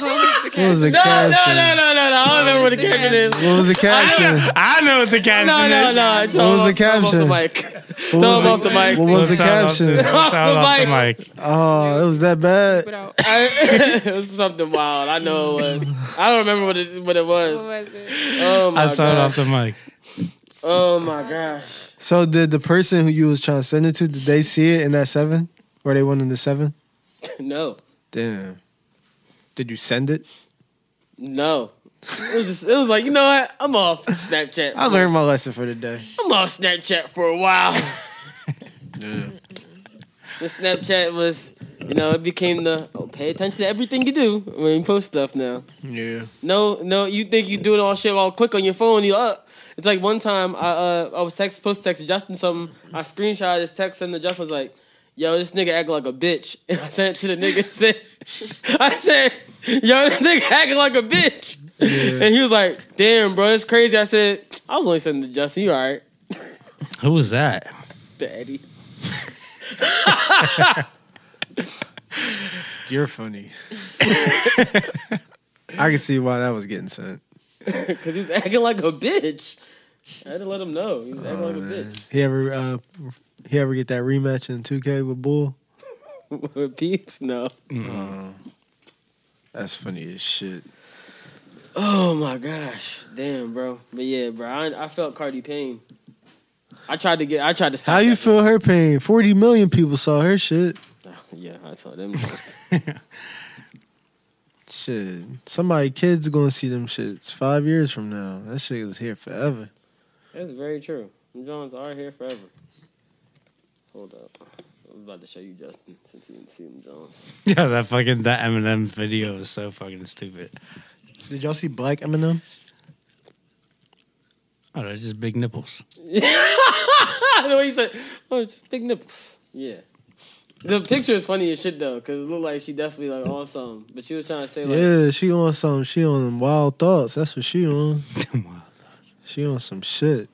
What was the
no, no, no, no, no,
caption?
no. I don't remember what the caption is.
What was the caption?
I know what the caption
No, no, no.
What was the caption?
Throw him off the mic.
What was the
Throw him off the-
caption?
Throw him off the Off the mic.
Oh, it was that bad.
I, [LAUGHS] it was something wild. I know it was. I don't remember what it what it was. What was it? Oh my [LAUGHS]
I
gosh.
turned off the mic.
Oh my gosh.
So did the person who you was trying to send it to? Did they see it in that seven? Were they one in the seven?
No.
Damn. Did you send it?
No. It was, just, it was like, you know what? I'm off Snapchat.
I learned my lesson for the day.
I'm off Snapchat for
[LAUGHS]
a while.
Yeah.
The Snapchat was, you know, it became the oh, pay attention to everything you do when you post stuff now.
Yeah.
No, no, you think you doing all shit all quick on your phone, you up. It's like one time I uh I was text post text Justin something, I screenshot his text and the Justin was like, Yo, this nigga acting like a bitch. [LAUGHS] And I sent it to the nigga and said I said, Yo, this nigga acting like a bitch. And he was like, Damn, bro, it's crazy. I said, I was only sending to Justin, you alright.
Who was that?
Daddy.
You're funny. [LAUGHS] I can see why that was getting sent.
Cause he's acting like a bitch. I had to let him know. He's acting like a bitch.
He ever uh he ever get that rematch in 2K with Bull?
[LAUGHS] With peeps? No.
Uh, that's funny as shit.
Oh my gosh, damn, bro. But yeah, bro, I, I felt Cardi pain. I tried to get, I tried to stop.
How you
that.
feel her pain? 40 million people saw her shit.
[LAUGHS] Yeah, I saw them.
Shit. Somebody kids gonna see them shits five years from now. That shit is here forever.
That's very true. Them Jones are here forever. Hold up, I was about to show you Justin since you didn't see them Jones. [LAUGHS]
[LAUGHS] Yeah, that fucking that Eminem video was so fucking stupid.
Did y'all see Black Eminem?
Oh, they're just big nipples.
the way you said, oh, just big nipples. Yeah, The picture is funny as shit though, because it looked like she definitely like on something, but she was trying to say like,
Yeah, she on some. She on them wild thoughts. That's what she
[LAUGHS]
on. She on some shit.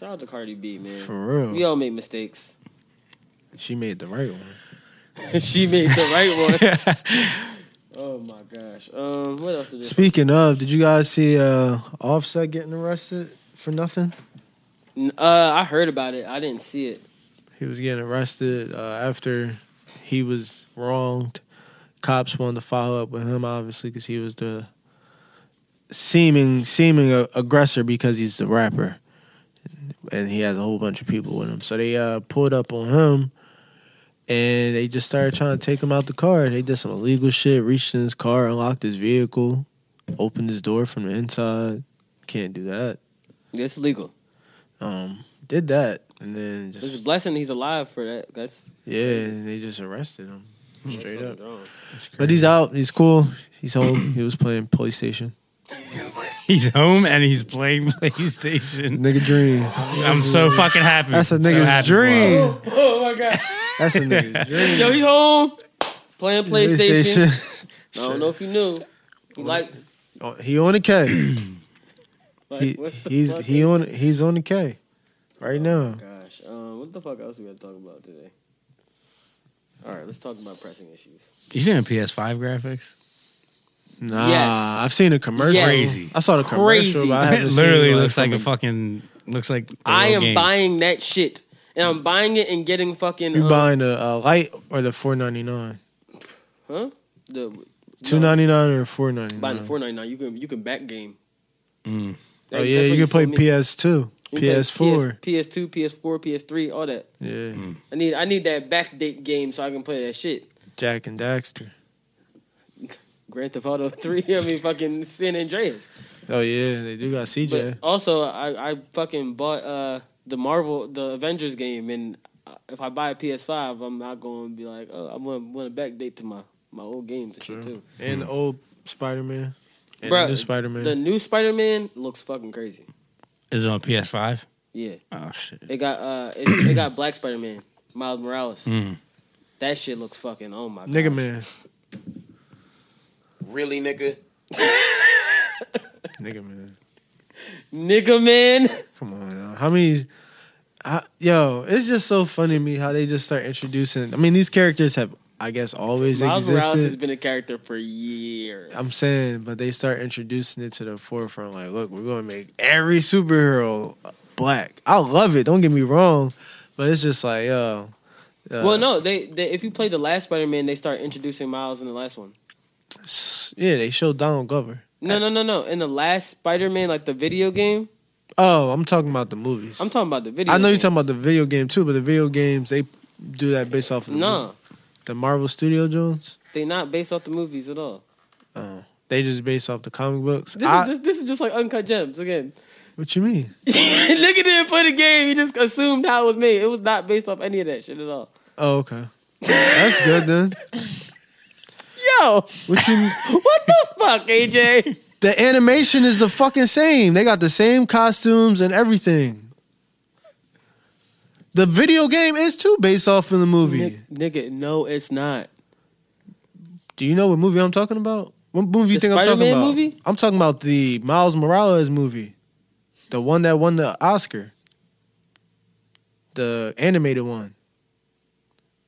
shout out to Cardi B, man.
For real.
we all make mistakes.
She made the right one.
she made the right
[LAUGHS]
one. oh my gosh. Um, what else? Did
Speaking of, did you guys see uh, Offset getting arrested for nothing?
N- Uh, I heard about it. I didn't see it.
He was getting arrested uh, after he was wronged. Cops wanted to follow up with him, obviously, because he was the seeming seeming a- aggressor because he's a rapper, and he has a whole bunch of people with him. So they uh, pulled up on him, and they just started trying to take him out the car. They did some illegal shit, reached in his car, unlocked his vehicle, opened his door from the inside. Can't do that.
It's legal.
Um, did that, and then
It's a
just
blessing he's alive for that. That's
yeah, and they just arrested him straight up.
crazy.
But he's out. He's cool. He's home. he was playing PlayStation.
He's home and he's playing [LAUGHS] PlayStation. [LAUGHS]
Nigga dream.
I'm so fucking happy.
That's a
So
nigga's
happy for him.
dream.
[LAUGHS] Oh my god.
That's a
[LAUGHS]
nigga's dream.
Yo, he home playing PlayStation. [LAUGHS]
PlayStation.
I don't know if you knew. He like
Oh, He on the K.
Like,
he,
what the
he's
fuck
he
is-
on he's on the K right now.
Gosh, um, what the fuck else we gotta talk about today? All right, let's talk about pressing issues.
You seen the PS5 graphics?
Nah, I've seen a commercial.
Yes.
Crazy.
I saw the commercial. But I haven't
it literally
seen,
looks like a
fucking-
fucking looks like the
I
real
am
game.
buying that shit, and I'm buying it and getting fucking.
You
um,
buying the uh, light or the four ninety nine?
Huh? The
Two ninety nine or four ninety
buying the
nine?
four ninety nine. You can you can back game.
Mm.
That-
Oh
that's
yeah,
what
you can play
sold me.
PS two,
You can play
PS four.
PS two, PS four, PS three, all that.
Yeah,
Mm.
I need I need that backdate game so I can play that shit.
Jack and Daxter.
Grand Theft Auto three. [LAUGHS] I mean, fucking San Andreas.
Oh yeah, they do got CJ.
But also, I, I fucking bought uh, the Marvel, the Avengers game, and uh, if I buy a PS5, I'm not going to be like, oh, I want want to backdate to my, my old games and shit too.
and the old Spider Man. And
Hmm. Bruh,
the new Spider Man.
The new Spider Man looks fucking crazy.
Is it on PS5?
Yeah,
Oh shit.
it got uh, it, it got Black Spider Man, Miles Morales.
Mm.
That shit looks fucking. Oh my
Nigga man.
Really, nigga?
[LAUGHS] Nigga man.
Nigga man.
Come on now. How many how, yo, it's just so funny to me how they just start introducing I mean these characters have I guess always
Miles Morales has
existed.
been a character for years.
I'm saying, but they start introducing it to the forefront like, look, we're gonna make every superhero black. I love it, don't get me wrong, but it's just like, yo. uh,
well, no, they, they if you play the last Spider Man, they start introducing Miles in the last one.
s- Yeah, they showed Donald Glover.
No, no, no, no. In the last Spider Man, like the video game,
Oh, I'm talking about the movies.
I'm talking about the video.
I know
game.
you're talking about the video game too, but the video games they do that based off of the,
No,
the Marvel Studio Jones.
they not based off the movies at all.
Oh, they just based off the comic books.
This,
I-
is, just, this is just like Uncut Gems [LAUGHS] again.
what you mean?
Nigga didn't play the game. He just assumed how it was made. It was not based off any of that shit at all.
Oh, okay. That's good then.
Yo,
What you?
[LAUGHS] what the fuck, [LAUGHS] AJ?
The animation is the fucking same. They got the same costumes and everything. The video game is too based off in the movie.
Nigga, no, it's not.
Do you know what movie I'm talking about? What movie you
The
think I'm talking
Spider-Man
about?
movie?
I'm talking about the Miles Morales movie, the one that won the Oscar, the animated one.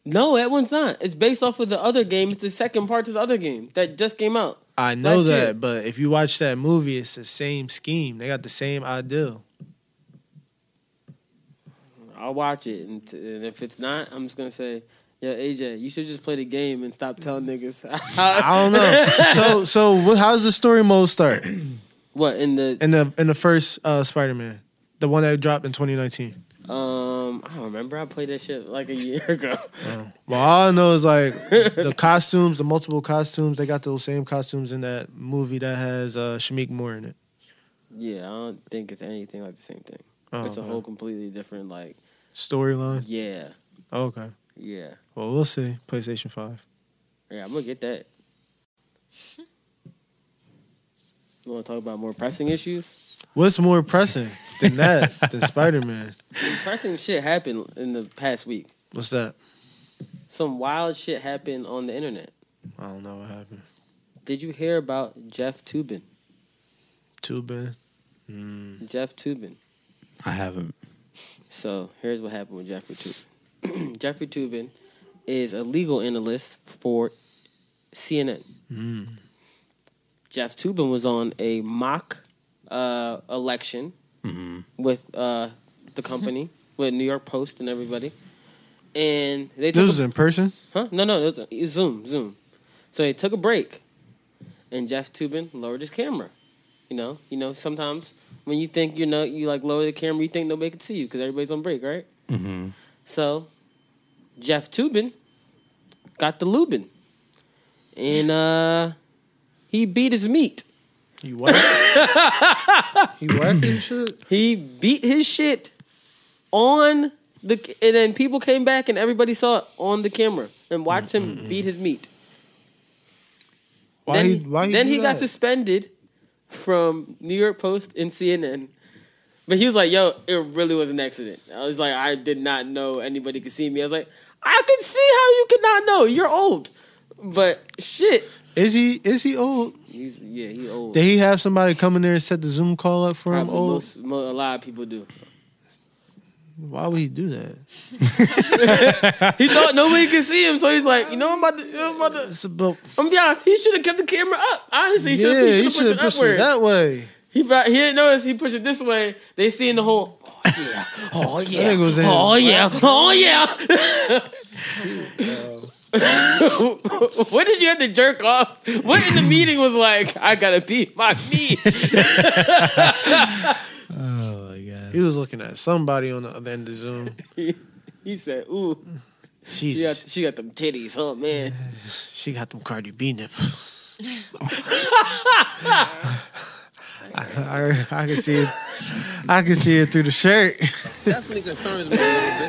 No, that one's not. It's based off of the other game. It's the second part to the other game that just came out.
I know
Last
that,
year.
but if you watch that movie, it's the same scheme. They got the same idea.
I'll watch it, and, t- and if it's not, I'm just gonna say, yeah, AJ, you should just play the game and stop telling niggas. [LAUGHS]
I don't know. so, so what, how does the story mode start?
What in the
In the in the first uh, Spider Man, the one that dropped in 2019.
Um, I don't remember. I played that shit like a year [LAUGHS] ago.
Well, all I know is like
[LAUGHS]
the costumes, the multiple costumes. They got those same costumes in that movie that has uh, Shamik Moore in it.
yeah, I don't think it's anything like the same thing.
Oh,
it's a
okay.
whole completely different like.
Storyline.
Yeah,
Oh, okay.
yeah,
Well, we'll see. PlayStation Five.
yeah. I'm gonna
[LAUGHS]
get that. You want to talk about more pressing issues?
What's more pressing than
[LAUGHS]
that? than Spider Man?
Pressing shit happened in the past week.
What's that?
some wild shit happened on the internet.
I don't know what happened.
Did you hear about Jeff Tubin?
Tubin. Mm,
Jeff Tubin.
I haven't.
So here's what happened with Jeffrey Tubin. [CLEARS THROAT] Jeffrey Tubin is a legal analyst for CNN.
Mm.
Jeff Tubin was on a mock uh, election
Mm-hmm.
with uh, the
[LAUGHS]
company, with New York Post and everybody. And they
This
took
was
a-
in person.
Huh? No, no, it was, it was Zoom, Zoom. So they took a break, and Jeff Tubin lowered his camera. You know, you know. Sometimes when you think you know, you like lower the camera, you think nobody can see you because everybody's on break, right?
Mm-hmm.
So Jeff Tubin got the Lubin, and uh he beat his meat.
He
[LAUGHS]
what?
he what his shit. He beat his shit on the, and then people came back and everybody saw it on the camera and watched him beat his meat.
Why
then
he- why he
then
do
he got
that?
suspended from New York Post and CNN. But he was like, "Yo, it really was an accident." I was like, "I did not know anybody could see me." I was like, "I can see how you could not know. You're old." But shit,
Is he is he old?
he's yeah, he old.
Did he have somebody come in there and set the Zoom call up for him?
Probably
Old?
most- mo- a lot of people
Oh,
do.
Why would he do that?
he thought nobody could see him, so he's like, you know, I'm about to. You know, I'm, about to I'm gonna be honest. He should have kept the camera up. Honestly, he should have
yeah, he should have pushed
pushed
it
it
that
upward.
way.
He fou- he didn't notice. He pushed it this way. They seen the whole. Oh yeah.
That nigga was in
Oh
his-
yeah. Oh yeah. [LAUGHS] what did you have to jerk off? What in the meeting was like? I gotta pee my feet.
Oh my god. He was looking at somebody on the other end of
[LAUGHS]
Zoom.
he, [LAUGHS] he said, "Ooh, she got,
Jesus.
she got them titties, huh, man."
She got them Cardi B nipples.
[LAUGHS]
I, I, I can see it. I can see it through the shirt.
Definitely concerns me a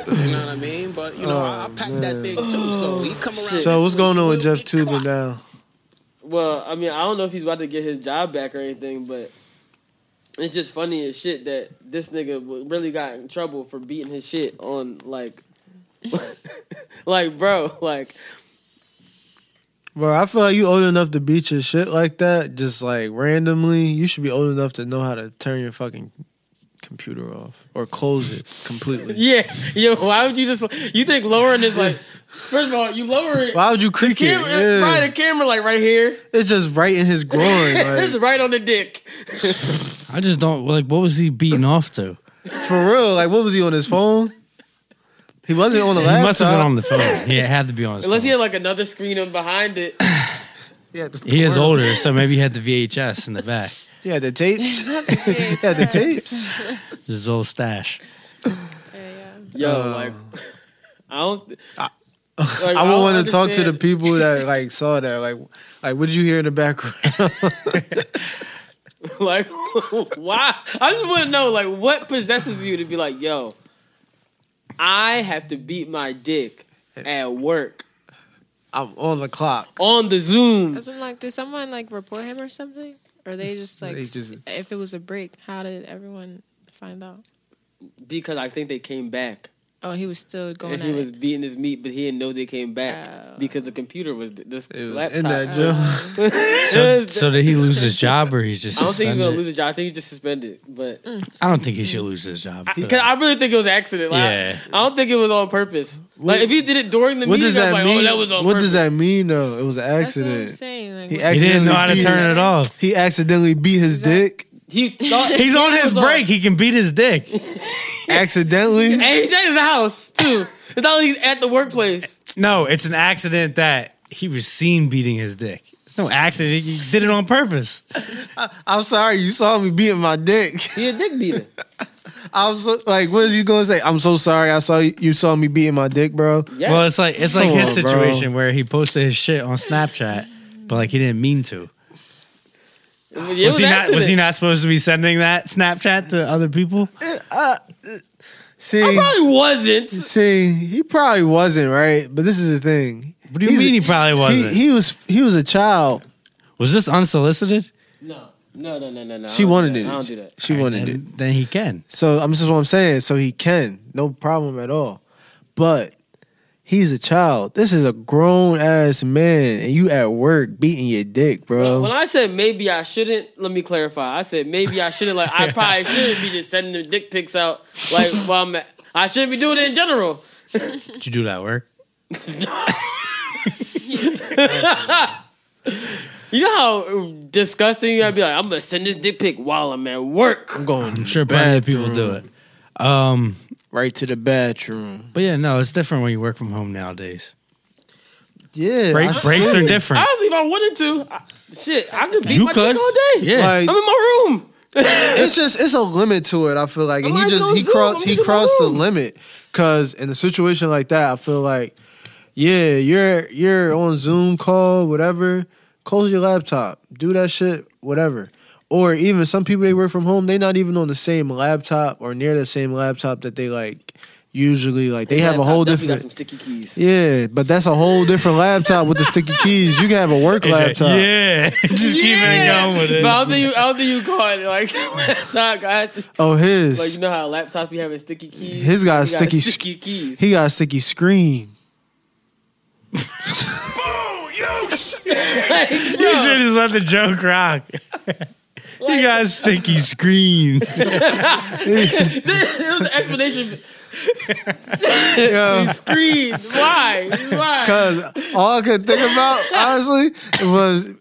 little bit. You know what I mean? But you know, I, I packed that thing too. So he come around.
Oh, So what's going on with Jeff Tubin now?
Well, I mean, I don't know if he's about to get his job back or anything, but it's just funny as shit that this nigga w- really got in trouble for beating his shit on like, [LAUGHS] like bro, like
Bro, I feel like you old enough to beat your shit like that, just like randomly. You should be old enough to know how to turn your fucking computer off or close it completely.
[LAUGHS] yeah, yo, why would you just you think lowering is like? First of all, you lower it.
Why would you creak it?
Camera,
Yeah.
uh, Right, the camera like right here.
It's just right
[LAUGHS]
in his groin. Like,
it's right on the dick.
I just don't like. What was he beating off to?
for real. Like, what was he on his phone? He wasn't on the
he
laptop.
must have been on the phone. Yeah, it had to be on his phone.
Unless he had like another screen on behind it.
yeah,
He is older, so maybe he had the VHS in the back.
Yeah, the tapes. [LAUGHS] yeah, the tapes.
His little stash.
Uh, Yo,
Uh,
like [LAUGHS] I don't.
[LAUGHS] I would want to talk to the people
[LAUGHS]
that like saw that. Like, like what did you hear in the background? [LAUGHS]
people. like, [LAUGHS] why? I just want to know, like, what possesses you to be like, yo, I have to beat my dick at work.
I'm on the clock.
On the Zoom.
That's what I'm like, did someone like report him or something? Or they just like,
They
s-
just-
if it was a break, how did everyone find out?
Because I think they came back.
Oh, he was still going
and
at
he was
it.
beating his meat, but he didn't know they came back because the computer was this laptop.
in that gym.
So, so did he lose his job or he's just
I don't think he's gonna
suspended?
lose his job. I think he's just suspended. But
I don't think he should lose his job.
Cause I really think it was an accident. Like,
Yeah.
I don't think it was on purpose. Like if he did it during the
What
meeting,
does
I
that
was like,
mean?
oh, that was on
what
purpose.
does that mean though? It was an accident.
saying, like, [LAUGHS]
he,
He didn't know how to
accidentally
turn
beat-
it off.
He accidentally beat his dick.
He thought
He's on his break. He uh, can beat his dick. [LAUGHS]
accidentally.
And he's at his house too. It's not like he's at the workplace.
No, it's an accident that he was seen beating his dick. It's no accident. He did it on purpose.
I'm sorry, you saw me beating my dick. [LAUGHS]
He a dick beater.
I'm so like, what is he gonna say? I'm so sorry. I saw you, you saw me beating my dick, bro.
Well, it's like it's like
Come
his
on, bro.
situation where he posted his shit on Snapchat, but like he didn't mean to.
It was,
was he
an
not? Was he
accident.
not supposed to be sending that Snapchat to other people?
Uh, see,
probably wasn't.
See, he probably wasn't right. But this is the thing.
What do you mean he probably wasn't?
He, he was. He was a child.
Was this unsolicited?
No, no, no, no, no. I
she
don't do
wanted
that.
it.
I don't do that.
She wanted it.
Then he can.
um, So I'm this is what I'm saying. So he can, no problem at all. But He's a child. This is a grown ass man, and you at work beating your dick, bro.
When I said maybe I shouldn't, let me clarify. I said maybe I shouldn't. Like I probably shouldn't be just sending them dick pics out. Like while I'm at, I shouldn't be doing it in general.
Did you do that work?
you know how disgusting you gotta be. Like I'm gonna send this dick pic while I'm at work. I'm
going.
I'm sure plenty of people do it. Um,
right to the bathroom.
But yeah, no, it's different when you work from home nowadays.
Yeah,
Break-
I
breaks
see
are
it.
different.
Honestly, if I wanted to, I, shit, I could beat
You
my
could.
dick all day.
Yeah.
I'm in
Like-
my room.
it's just it's a limit to it. I feel like, and
I'm
he
not
just
gonna
he
do it. I'm
crossed he
just in my
crossed the
room.
limit because in a situation like that, I feel like yeah, you're you're on Zoom call, whatever. Close your laptop, do that shit, whatever. Or even some people they work from home, they not even on the same laptop or near the same laptop that they like usually like they
His
have a
laptop
whole
definitely
different
Got some sticky keys.
yeah, but that's a whole different laptop with the sticky keys. You can have a work laptop.
Yeah, [LAUGHS] just
Yeah.
keep it going with it.
But I don't think you, I don't think you call it like [LAUGHS] laptop. I,
Oh, his.
Like you know how laptops be having sticky keys.
His got a
He
sticky, sc-
sticky keys.
He got a sticky
[LAUGHS]
screen.
Like, bro.
You should just let the joke rock. [LAUGHS] you got a sticky screen.
it was an explanation.
Yeah. [LAUGHS]
Screen. Why? Why?
Cause all I could think
[LAUGHS]
about, honestly, was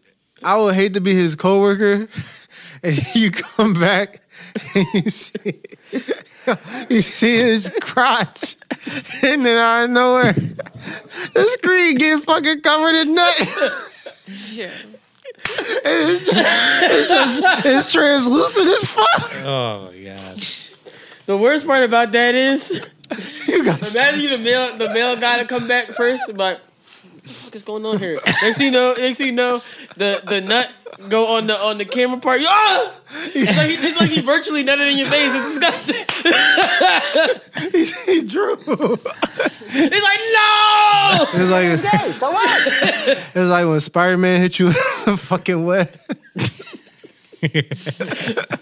I would hate to be his coworker, [LAUGHS] and you come back [LAUGHS] and you see [LAUGHS] you see his crotch, [LAUGHS] and then out of nowhere, [LAUGHS] the screen get fucking covered in nut. [LAUGHS]
Sure.
And it's just it's just it's translucent as fuck. [LAUGHS]
Oh my god.
The worst part about that is
you guys.
[LAUGHS] Imagine you the male the male guy to come back first, but what the fuck is going on here? Next thing you know, next thing you know, the the nut go on the on the camera part. Yeah, it's like he, it's like he virtually nutted in your face. It's disgusting.
[LAUGHS] he drew.
It's like no. [LAUGHS]
It's like-
Hey, so what?
[LAUGHS] It's like when Spider Man hit you [LAUGHS] with the fucking web. [LAUGHS]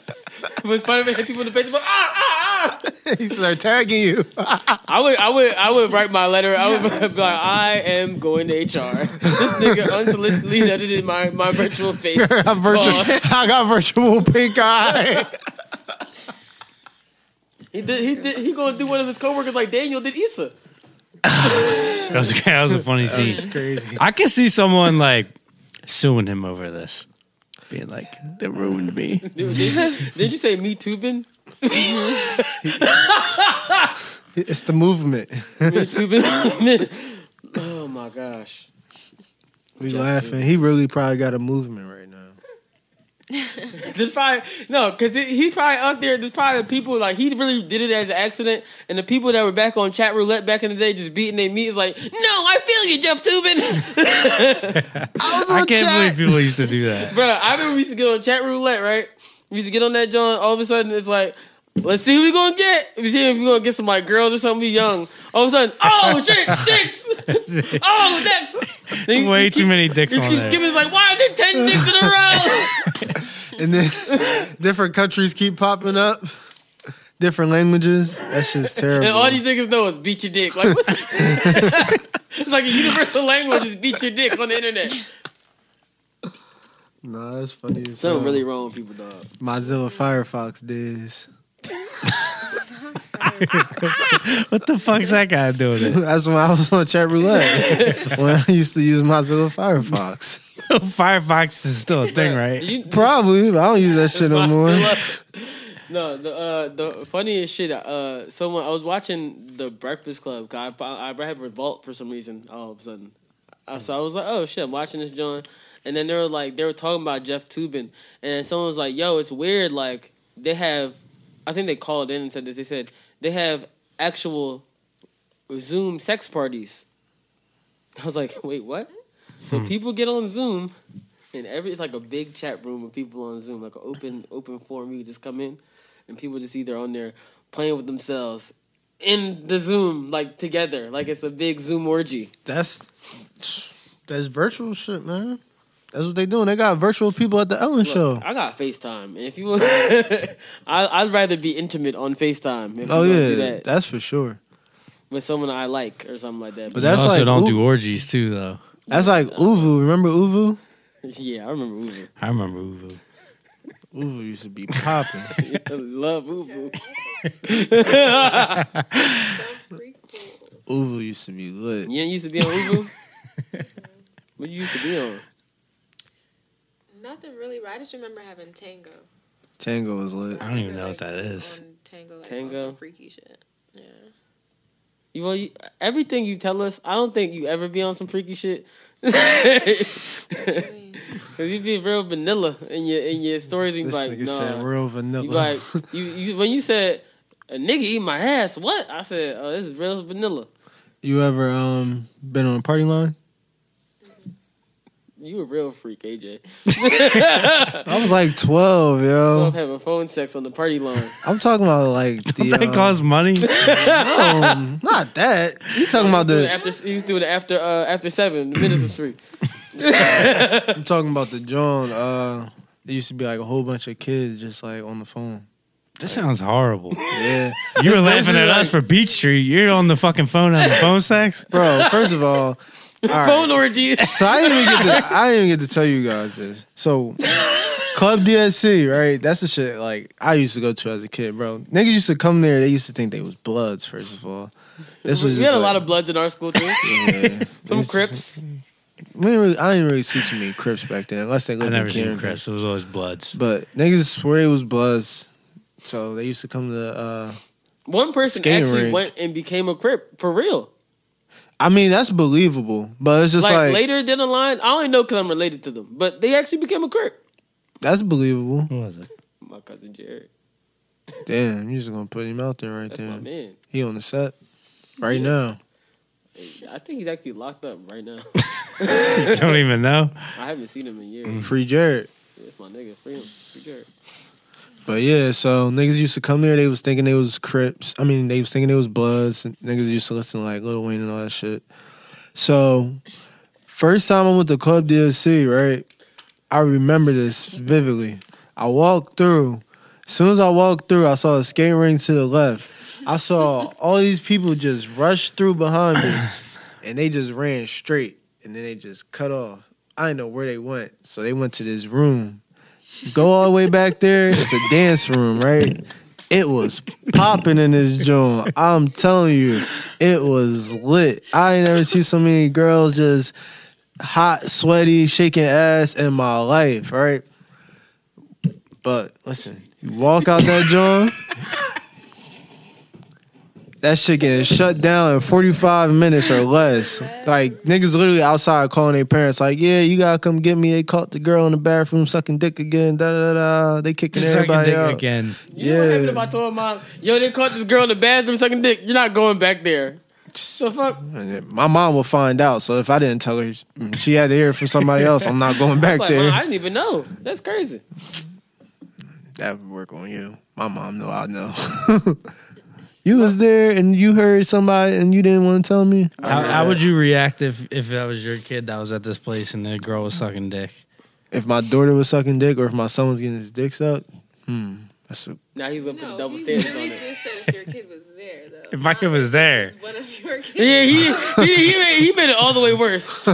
When Spider Man hit people in the face, it's like, ah, ah, ah.
he started tagging you.
I would, I would, I would write my letter. I would [LAUGHS] be like, I am going to HR. This nigga unsolicitedly nutted in my my virtual face.
[LAUGHS] I, virtual,
Pause.
[LAUGHS] I got virtual pink [LAUGHS] eye.
He did, he did, he gonna do one of his coworkers like Daniel did Issa.
That was, that was a funny scene.
crazy.
I can see someone like suing him over this, being like, "They ruined me."
Did, did, did you say me too, Ben?
It's the movement. [LAUGHS]
Me too, Ben? [LAUGHS] oh my gosh.
we laughing. He really probably got a movement right now.
There's probably no, cause it, he probably out there. There's probably people like he really did it as an accident, and the people that were back on chat roulette back in the day just beating their meat is like, no, I feel you, Jeff Tubin.
I was
I can't believe people used to do
[LAUGHS]
that.
[LAUGHS] Bro, I remember we used to get on chat roulette, right? We used to get on that John. All of a sudden, it's like, let's see who we gonna get. We see if we gonna get some like girls or something. We young. All of a
[LAUGHS]
sudden, oh shit, six. [LAUGHS] oh next. Then you-
Way
you
too many dicks
You
on
keep
there.
skipping. It's like, why are there ten dicks in a
[LAUGHS]
row?
And then [LAUGHS] different countries keep popping up, different languages. That's
[LAUGHS]
just terrible.
And all these niggas know is beat your dick. Like, what? [LAUGHS] it's like a universal language is beat your dick on the internet.
nah, that's funny. As
Something
hell.
really wrong with people, dog.
Mozilla Firefox days. [LAUGHS]
what the fuck's that guy doing? [LAUGHS]
That's when I was on chat
[LAUGHS]
roulette when I used to use Mozilla Firefox.
Firefox is still a thing, right?
Probably, but I don't use that shit no more.
No, the uh, the funniest shit. Uh, someone I was watching the Breakfast Club. 'cause I found- I had Revolt for some reason. All of a sudden, Uh, so I was like, oh shit, I'm watching this John. And then they were like, they were talking about Jeff Tubin, and someone was like, yo, it's weird. Like they have, I think they called in and said that they said they have actual Zoom sex parties. [LAUGHS] I was like, wait, what? So
Hmm.
people get on Zoom, and every it's like a big chat room of people on Zoom, like an open open forum. You can just come in, and people just either on there playing with themselves in the Zoom, like together, like it's a big Zoom orgy.
That's that's virtual shit, man. That's what they doing. They got virtual people at the Ellen
Look,
show.
I got FaceTime, and if [LAUGHS] you, I, I'd rather be intimate on FaceTime. If
Oh
you gonna do
yeah,
that.
that's for sure.
with someone I like or something like that.
But that's also don't do orgies too, though.
That's like
uh,
Uvu. Remember Uvu?
[LAUGHS] yeah, I remember Uvu.
I remember Uvu.
Uvu used to be popping.
[LAUGHS] [LAUGHS] I love Uvu.
Uvu used to be lit.
you ain't used to be on Uvu. what you used to be on?
Nothing really, but I just remember having tango.
Tango was lit.
I don't even know what that is.
Tango, like
Tango.
on some freaky shit. Yeah.
You, well, you, everything you tell us, I don't think you ever be on some freaky shit. [LAUGHS] Cause you be real vanilla in your in your stories. And you
This
like,
nigga
nah.
said real vanilla.
You like you, you when you said a nigga eat my ass. What I said? Oh, this is real vanilla.
You ever um been on a party line?
You a real freak, AJ.
I was like twelve, yo.
Love having phone sex on the party line.
I'm talking about like the.
[LAUGHS] that
um,
cost
money?
no, not that. You talking about
Doing it
[LAUGHS] the?
[LAUGHS] after he was doing it after uh, after seven. The minutes was free.
I'm talking about the John. Uh, there used to be like a whole bunch of kids just like on the phone.
That sounds horrible.
Yeah,
You
It's
were laughing
basically
at us for Beach Street. You're on the fucking phone having phone sex,
[LAUGHS] bro. First of
[LAUGHS]
all, all right.
Phone
[LAUGHS]
orgy.
So I didn't even get to I didn't even get to tell you guys this. So Club DSC, right? That's the shit like I used to go to as a kid, bro. Niggas used to come there, they used to think they was bloods, first of all. This was
we
just
had a
like-
lot of bloods in our school too. Some
It's-
Crips.
we didn't really, I didn't really see too many Crips back then, unless they
I
lived in
never
Karen.
seen Chris. It was always [LAUGHS] Bloods.
But niggas swore they was bloods. So they used to come to uh
One person
Skating
actually
rink.
went and became a Crip for real.
I mean that's believable, but it's just
like,
like,
later down the line, I only know because I'm related to them, but they actually became a Crip.
that's believable.
My cousin Jared,
Damn, you just gonna put him out there right
that's
there.
my man.
He on the set right
Yeah.
now.
I think he's actually locked up
[LAUGHS]
right now.
don't even know.
I haven't seen him in years.
Free Jared.
That's my nigga. Free him. Free Jared.
But yeah, so niggas used to come there. They was thinking they was Crips. I mean, they was thinking they was Bloods. And niggas used to listen to like Lil Wayne and all that shit. So first time I went to Club DLC, right? I remember this vividly. I walked through. As soon as I walked through, I saw a skate ring to the left. I saw all these people just rush through behind me, and they just ran straight, and then they just cut off. I didn't know where they went, so they went to this room go all the way back there. It's a dance room, right? It was popping in this joint. I'm telling you, it was lit. I ain't never seen so many girls just hot, sweaty, shaking ass in my life, right? But listen, you walk out that joint, that shit getting shut down in 45 minutes or less. Like niggas literally outside calling their parents, like, yeah, you gotta come get me. They caught the girl in the bathroom sucking dick again. Da da da. da. They kicking
Sucking
everybody
dick
out.
again.
You know what happened if
Yeah.
I told mom, yo, they caught this girl in the bathroom sucking dick. You're not going back there. The fuck?
My mom will find out. So if I didn't tell her, she had to hear it from somebody else. I'm not going
[LAUGHS] I was
back
like,
there.
"Mom, I didn't even know. That's crazy.
[LAUGHS] That would work on you. My mom know I know. [LAUGHS] you was there and you heard somebody and you didn't want to tell me.
How, how would you react if if that was your kid that was at this place and the girl was sucking dick?
If my daughter was sucking dick or if my son was getting his dick sucked, hmm, that's a,
Now he's gonna put the double
You
standards
really
on it.
just said if your kid was there, though.
If my kid was there,
One of your kids.
Yeah, he he he made, he made it all the way worse.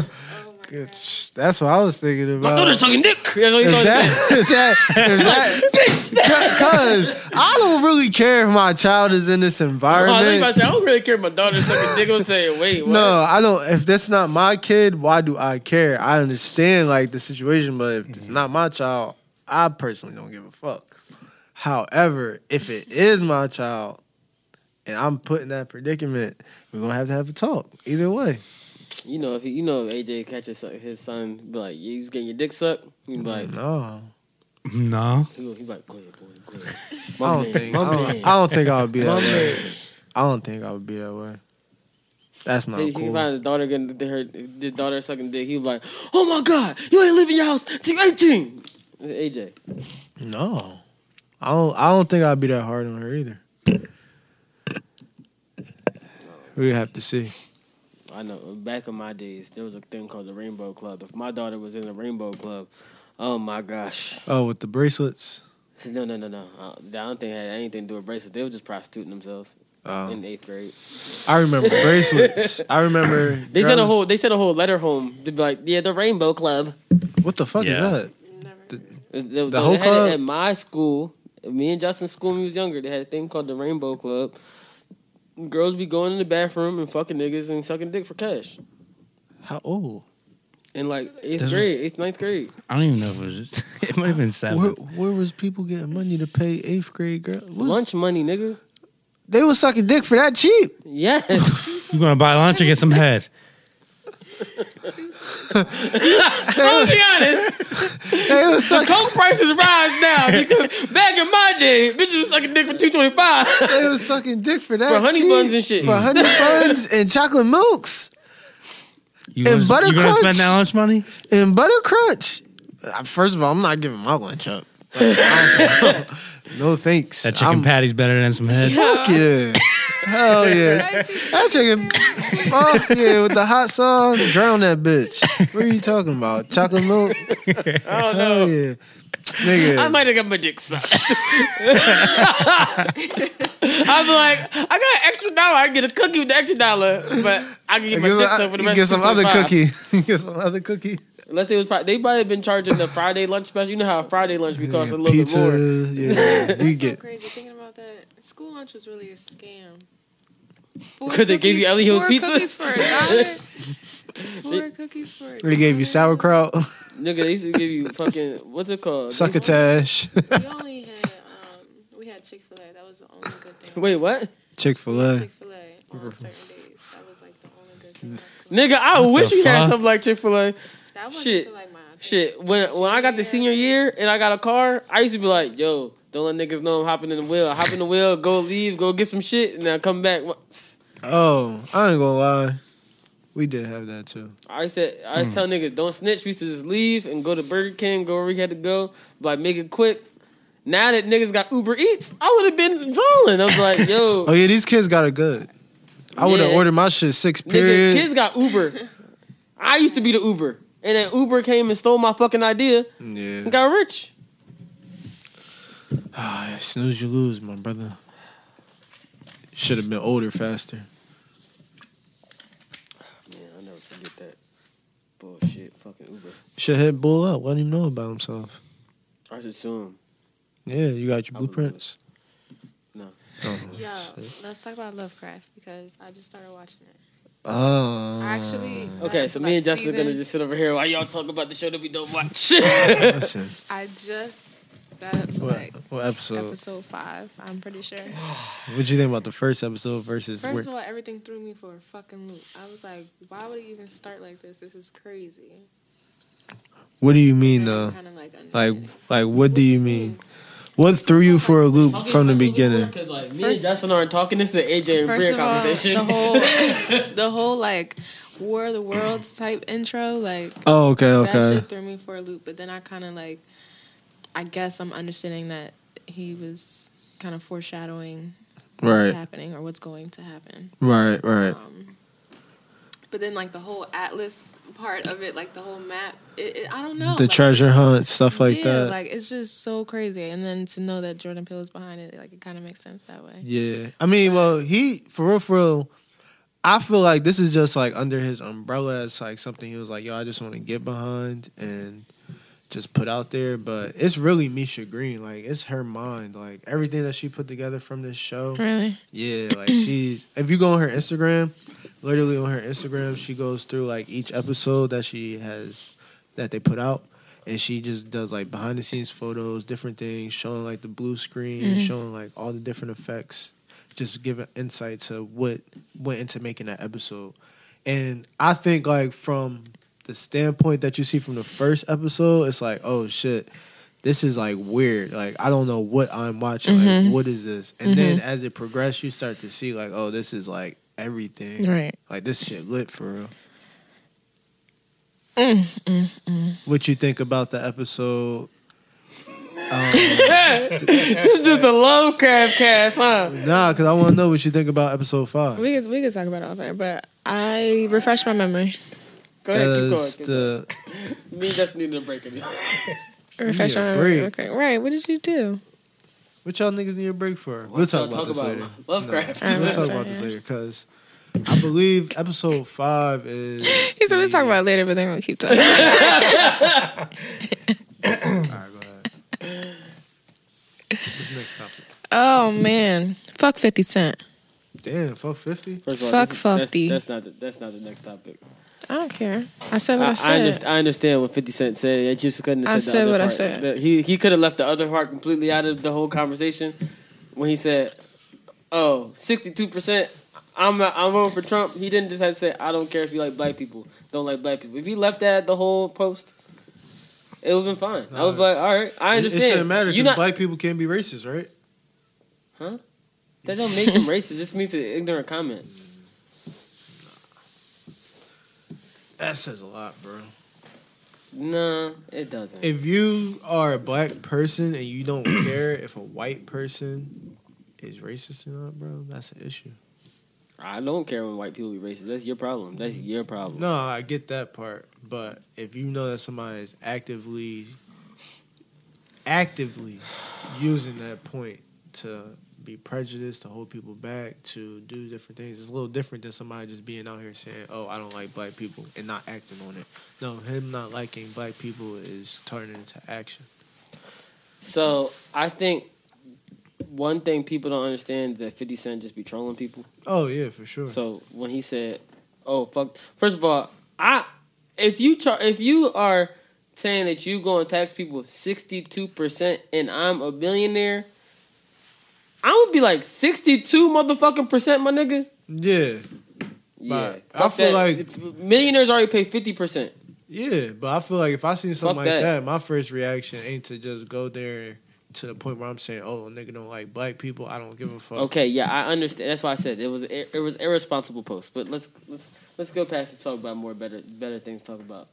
that's what I was thinking
My
about.
daughter's sucking dick. That's what he
If
thought.
that, if that, if
[LAUGHS]
that, [LAUGHS] cause I don't really care if my child is in this
Oh, I, was about
environment.
to say, I don't really care if my daughter's sucking dick. I'm tell you, wait, what?
No, I don't. If that's not my kid, why do I care? I understand like the situation, but if
Mm-hmm.
it's not my child, I personally don't give a fuck. However, if it is my child, and I'm put in that predicament, we're gonna have to have a talk. Either way,
You know, if he, you know, if AJ catches son- his son, be like, you was getting your dick sucked. He be like,
no,
No.
he be like, go ahead, boy, go ahead.
I don't
man,
think.
my
I
man.
don't, I don't think I would be that
My
way.
man.
I don't think I would be that way. That's not
He, he
cool.
find his daughter getting her the daughter sucking dick. He was like, "Oh my god, you ain't leaving your house till you 18." AJ,
No, I don't. I don't think I'd be that hard on her either. We have to see.
I know. Back in my days, there was a thing called the Rainbow Club. If my daughter was in the Rainbow Club, oh my gosh,
Oh, with the bracelets.
no, no, no, no. Uh, I don't think it had anything to do with bracelets. They were just prostituting themselves.
Oh.
in eighth grade.
I
[LAUGHS]
remember bracelets. I remember
They sent a
girls-
whole they sent a whole letter home. They'd be like, yeah, the Rainbow Club.
What the fuck
Yeah.
is
The, the,
The whole
they had
club?
it at my school. Me and Justin's school when we was younger, they had a thing called the Rainbow Club. Girls be going in the bathroom and fucking niggas and sucking dick for cash.
that? How old?
In like eighth
This-
grade, eighth, ninth grade.
I don't even know if it was. [LAUGHS] It might have been seven.
Where, where was people getting money to pay eighth grade girls?
Lunch money, nigga.
They was sucking dick for that cheap.
Yeah.
You gonna buy lunch or get some head?
[LAUGHS] I'll be honest. [LAUGHS] the coke prices rise now because back in my day, bitches was sucking dick for two twenty five.
They was sucking dick for that
for honey
cheap.
buns and shit.
For
[LAUGHS]
honey buns and chocolate milks
You
and
gonna,
butter
you gonna
crunch.
spend that lunch money?
and butter crunch. Uh, First of all, I'm not giving my lunch up. no thanks.
That chicken patty's better than some head.
Fuck yeah.
[LAUGHS]
Hell yeah. That chicken. Oh, yeah, with the hot sauce. Drown that bitch. What are you talking about? Chocolate milk?
I don't
Hell yeah. Nigga.
Oh. I might have got my dick sucked. [LAUGHS] I'm like, I got an extra dollar. I can get a cookie with the extra dollar, but I can get my
Get
dick
some-
sucked for the rest.
Get
of
some other
225.
cookie. [LAUGHS] Get some other cookie.
Unless they was, prob- they probably been charging the Friday lunch special. You know how Friday lunch be costing a little
Pizza.
bit more.
Yeah. You get.
Crazy thinking about that. School lunch was really a scam.
Because they gave you Ellie Hill's
four
pizza?
cookies for a dollar.
[LAUGHS]
Four cookies for a
They gave you sauerkraut, [LAUGHS]
Nigga, they used to give you fucking what's it called? They-
succotash, [LAUGHS]
We only had um, we had Chick Fil A. That was the only good thing.
Wait, what?
Chick fil A.
Chick Fil A on certain days. That was like the only good thing.
Nigga, I
What
wish
the
we had
fuck?
something like Chick Fil A.
That wasn't
Shit,
till, like my
shit. When when I got the senior year and I got a car, I used to be like, yo, don't let niggas know I'm hopping in the wheel. I hop in the wheel, go leave, go get some shit, and I come back.
Oh, I ain't gonna lie. We did have that too.
I said, I used to
Hmm.
tell niggas, don't snitch. We used to just leave and go to Burger King, go where we had to go, like make it quick. Now that niggas got Uber Eats, I would have been trolling. I was like, yo,
[LAUGHS] Oh yeah, these kids got it good. I would have
Yeah.
ordered my shit six
Nigga,
period.
kids got Uber. I used to be the Uber. And then Uber came and stole my fucking idea and
yeah.
got rich.
Ah, snooze you lose, my brother. Should have been older faster.
Man, I never forget that. Bullshit, fucking Uber.
Should hit bull up. Let him know about himself.
I should sue him.
Yeah, you got your blueprints.
No.
Oh,
Yo,
shit.
let's talk about Lovecraft because I just started watching it.
Oh.
Actually,
Mm. Okay, so me and Justin are gonna
season-
just sit over here while y'all talk about the show that we don't
[LAUGHS]
watch.
Listen.
I just got up to
What-
like
what episode?
episode five. I'm pretty sure.
What'd you think about the first episode versus
First
where-
of all, everything threw me for a fucking loop. I was like, why would it even start like this? This is crazy.
what do you mean though?
Kinda like under-
Like like what do you mean? What threw you for a loop from
[LAUGHS]
the beginning?
Because like me
First-
and Justin aren't talking. This is an AJ and
First
Bria
of all,
conversation.
the whole the whole like War of the Worlds type intro, like
Oh, okay,
that
okay.
shit threw me for a loop. But then I kind of like, I guess I'm understanding that he was kind of foreshadowing
Right.
what's happening or what's going to happen.
Right, right.
But then like the whole atlas part of it, like the whole map, it, it, I don't know
the
like,
treasure hunt, stuff like
yeah,
that.
Like it's just so crazy. And then to know that Jordan Peele is behind it, like it kind of makes sense that way.
yeah. I mean, well, he for real for real, I feel like this is just like under his umbrella it's like something he was like, yo, I just want to get behind and just put out there. But it's really Misha Green. Like it's her mind. Like everything that she put together from this show.
Really?
Yeah, like she's if you go on her Instagram, literally on her Instagram, she goes through like each episode that she has that they put out. And she just does like behind the scenes photos, different things, showing like the blue screen,
Mhm.
showing like all the different effects, just giving insight to what went into making that episode. And I think like from the standpoint that you see from the first episode, it's like, oh shit, this is like weird. Like I don't know what I'm watching.
Mhm.
Like what is this? And then as it progresses, you start to see like, oh, this is like everything.
Right.
Like this shit lit for real.
Mm, mm, mm.
What you think about the episode? Um,
[LAUGHS] this is the Lovecraft cast, huh?
nah, because I want to know what you think about episode five.
We could we could talk about it all there, but I refreshed my memory.
Go ahead, keep going.
Does
Keep
the
going. Me and Justin needed a break. of it.
Refresh
Yeah,
my memory.
breathe.
Okay, right. What did you do?
What y'all niggas need a break for? we'll [LAUGHS] talk
y'all
about
talk
this
about?
later.
Lovecraft.
No, we'll
Alright,
talk
sorry.
about this later because I believe episode five
[LAUGHS]
is.
He said we'll talk about it later, but then we'll keep talking.
What's next topic?
oh man, fuck Fifty Cent.
Damn, fuck fifty.
First of all,
Fuck
this is- that's-
50.
That's, not the, that's not the next topic.
I don't care. I said what I,
I, I,
said.
understand, I understand what 50 Cent said. They just couldn't
I
have said
said
the
what
other
I
part.
said.
The- He, he could have left the other part completely out of the whole conversation when he said, oh, 62%, I'm, not, I'm voting for Trump. He didn't just have to say, I don't care if you like black people, don't like black people. If he left that the whole post, it would have been fine. I was like, all right,
Uh,
I
It-
understand.
It, shouldn't matter
You
because
not-
black people can't be racist, right?
Huh? That don't make him racist. This means an ignorant comment.
That says a lot, bro.
Nah, it doesn't.
If you are a black person and you don't care if a white person is racist or not, bro, that's an issue.
I don't care when white people be racist. That's your problem. That's your problem.
No, I get that part, but if you know that somebody is actively, actively using that point to be prejudiced, to hold people back, to do different things, it's a little different than somebody just being out here saying, "Oh, I don't like black people" and not acting on it. No, him not liking black people is turning into action.
So I think one thing people don't understand is that Fifty Cent just be trolling people.
Oh yeah, for sure.
So when he said, "Oh fuck," first of all, I if you char- if you are saying that you going to tax people sixty two percent and I'm a billionaire, I would be like sixty two motherfucking percent, my nigga.
yeah,
Yeah,
But I
fuck
feel
that.
like-
It's- millionaires already pay fifty percent.
Yeah, but I feel like if I seen something
Fuck
like
that.
that. my first reaction ain't to just go there to the point where I'm saying, "Oh, a nigga don't like black people. I don't give a fuck."
Okay, yeah, I understand. That's why I said it was it was irresponsible post. But let's let's let's go past and talk about more better better things to talk about.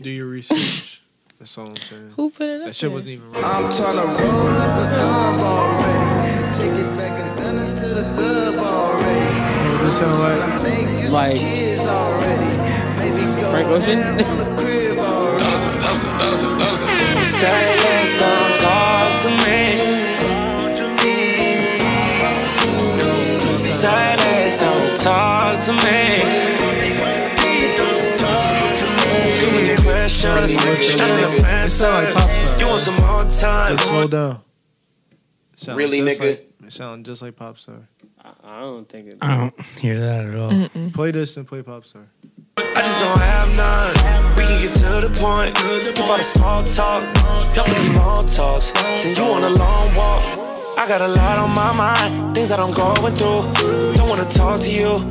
Do your research. That's all I'm saying.
Who put it up
That shit
there?
wasn't even real.
I'm trying to roll up a dub already. Take it back and done it to the dub already.
What it sound like?
Make you some
Like-
kids already. Maybe go
Frank Ocean. [LAUGHS]
down on the crib already.
Silence, don't talk to me. Silence, don't talk to me. Too many questions, not enough answers. You want some more time?
Just slow down. It sound
Really,
just
nigga?
like- it sound just like pop star.
I, I don't think it.
I don't hear that at all.
Play this and play pop star.
I just don't have none. We can get to the point. Skip all the small talk. Don't believe all talks. Send you on a long walk. I got a lot on my mind. Things that I'm going through. Don't wanna talk to you.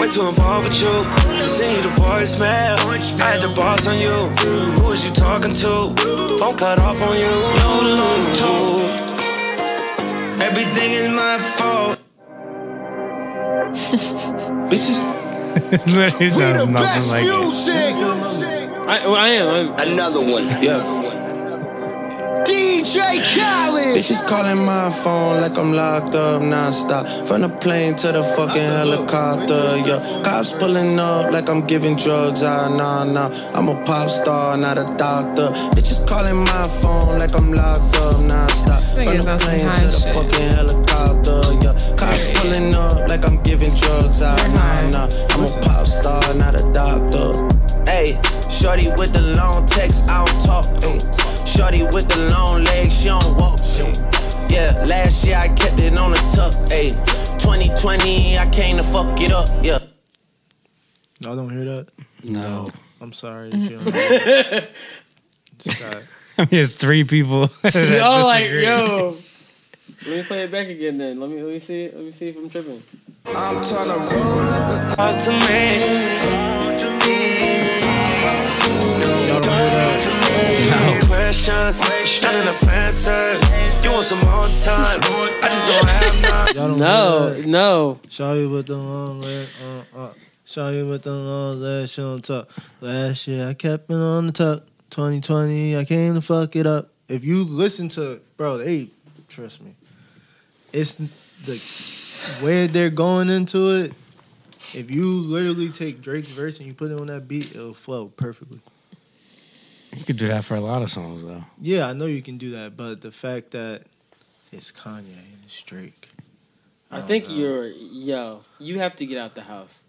Way too involved with you. To send you the voicemail. I had the boss on you. Who is you talking to? Phone cut off on you. No long talk. Everything is my fault. Bitches.
[LAUGHS] it literally sounds nothing like it.
I, well, I am. I'm,
Another one. Yeah.
DJ Khaled.
Bitches calling my phone like I'm locked up non-stop. From the plane to the fucking helicopter, yeah. Cops pulling up like I'm giving drugs. Ah, nah, nah. I'm a pop star, not a doctor. Bitches calling my phone like I'm locked up non-stop. From the plane to the fucking helicopter, yeah. Cops pulling up like I'm giving drugs. Ah, nah, nah. I'm a pop star, not a doctor. Hey, shorty with the long text, I don't talk. ayy. Shorty with the long legs, she don't walk. ayy. Yeah, last year I kept it on the tuck. Hey, 2020, I came to fuck it up. Yeah.
Y'all don't hear that?
No.
I'm sorry. If you don't Stop.
[LAUGHS] I mean, it's three people. [LAUGHS] that
Y'all like
disagree.
yo. Let me play it back again. Then let me let me see let me see if I'm tripping.
I'm trying to roll up a dub.
Talk to me. [LAUGHS] No questions, not enough answers. You want some more time? I just don't have none.
No, no.
Shawty with the long leg, uh, uh. Shawty with the long leg, she on top. Last year I kept it on the top. 2020, I came to fuck it up. If you listen to, bro, they trust me. It's the way they're going into it. If you literally take Drake's verse and you put it on that beat, it'll flow perfectly.
You could do that for a lot of songs, though.
Yeah, I know you can do that, but the fact that It's Kanye and it's
[LAUGHS]
Drake.
I think you're yo. You have to get out the house.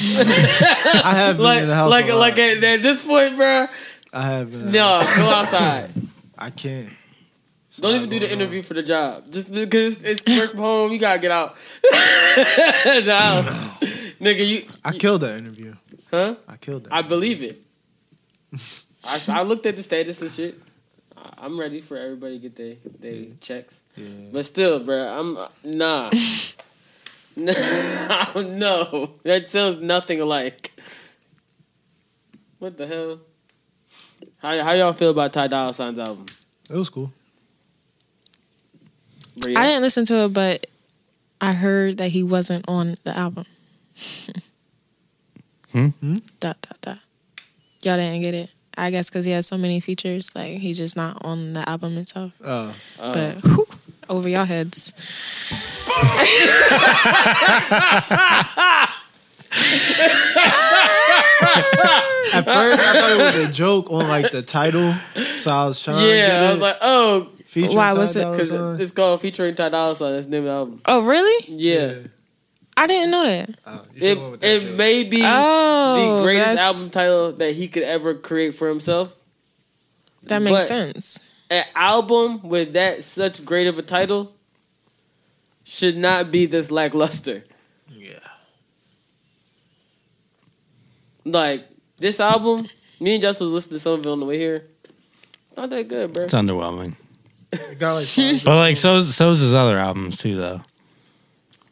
I have been
like,
in the house
Like
a lot.
like at, at this point, bro.
I have been.
No, go outside.
I can't.
Don't even do the interview for the job. Just because it's work from home, you gotta get out. [LAUGHS] the house. Nigga, you
I killed that interview.
huh?
I killed that.
I believe it. I, I looked at the status and shit. I- I'm ready for everybody to get their they checks. But still, bro, I'm uh,
[LAUGHS]
nah. [LAUGHS] no, no, that sounds nothing alike. What the hell? How how y'all feel about Ty Dolla Sign's album?
It was cool.
Bria?
I didn't listen to it, but I heard that he wasn't on the album.
Hmm?
Dot dot dot. Y'all didn't get it. I guess because he has so many features, like he's just not on the album itself.
[LAUGHS]
Oh.
Uh.
But whew, over y'all heads.
At first, I thought it was a joke on like the title, so I was trying. to
yeah,
get
I was
it.
like, oh,
Featuring Why, Ty what's it- Dolla
Because
Sign?
it's called featuring Ty Dolla Sign. That's the name of the album.
Oh, really?
Yeah,
I didn't know that.
it it may be
Oh,
the greatest
that's-
album title that he could ever create for himself.
That makes
But-
sense.
An album with that such great of a title should not be this lackluster.
Yeah.
Like this album, me and Justin was listening to some of it on the way here. Not that good, bro.
It's underwhelming.
Got like [LAUGHS] five-
But like so so's his other albums too though.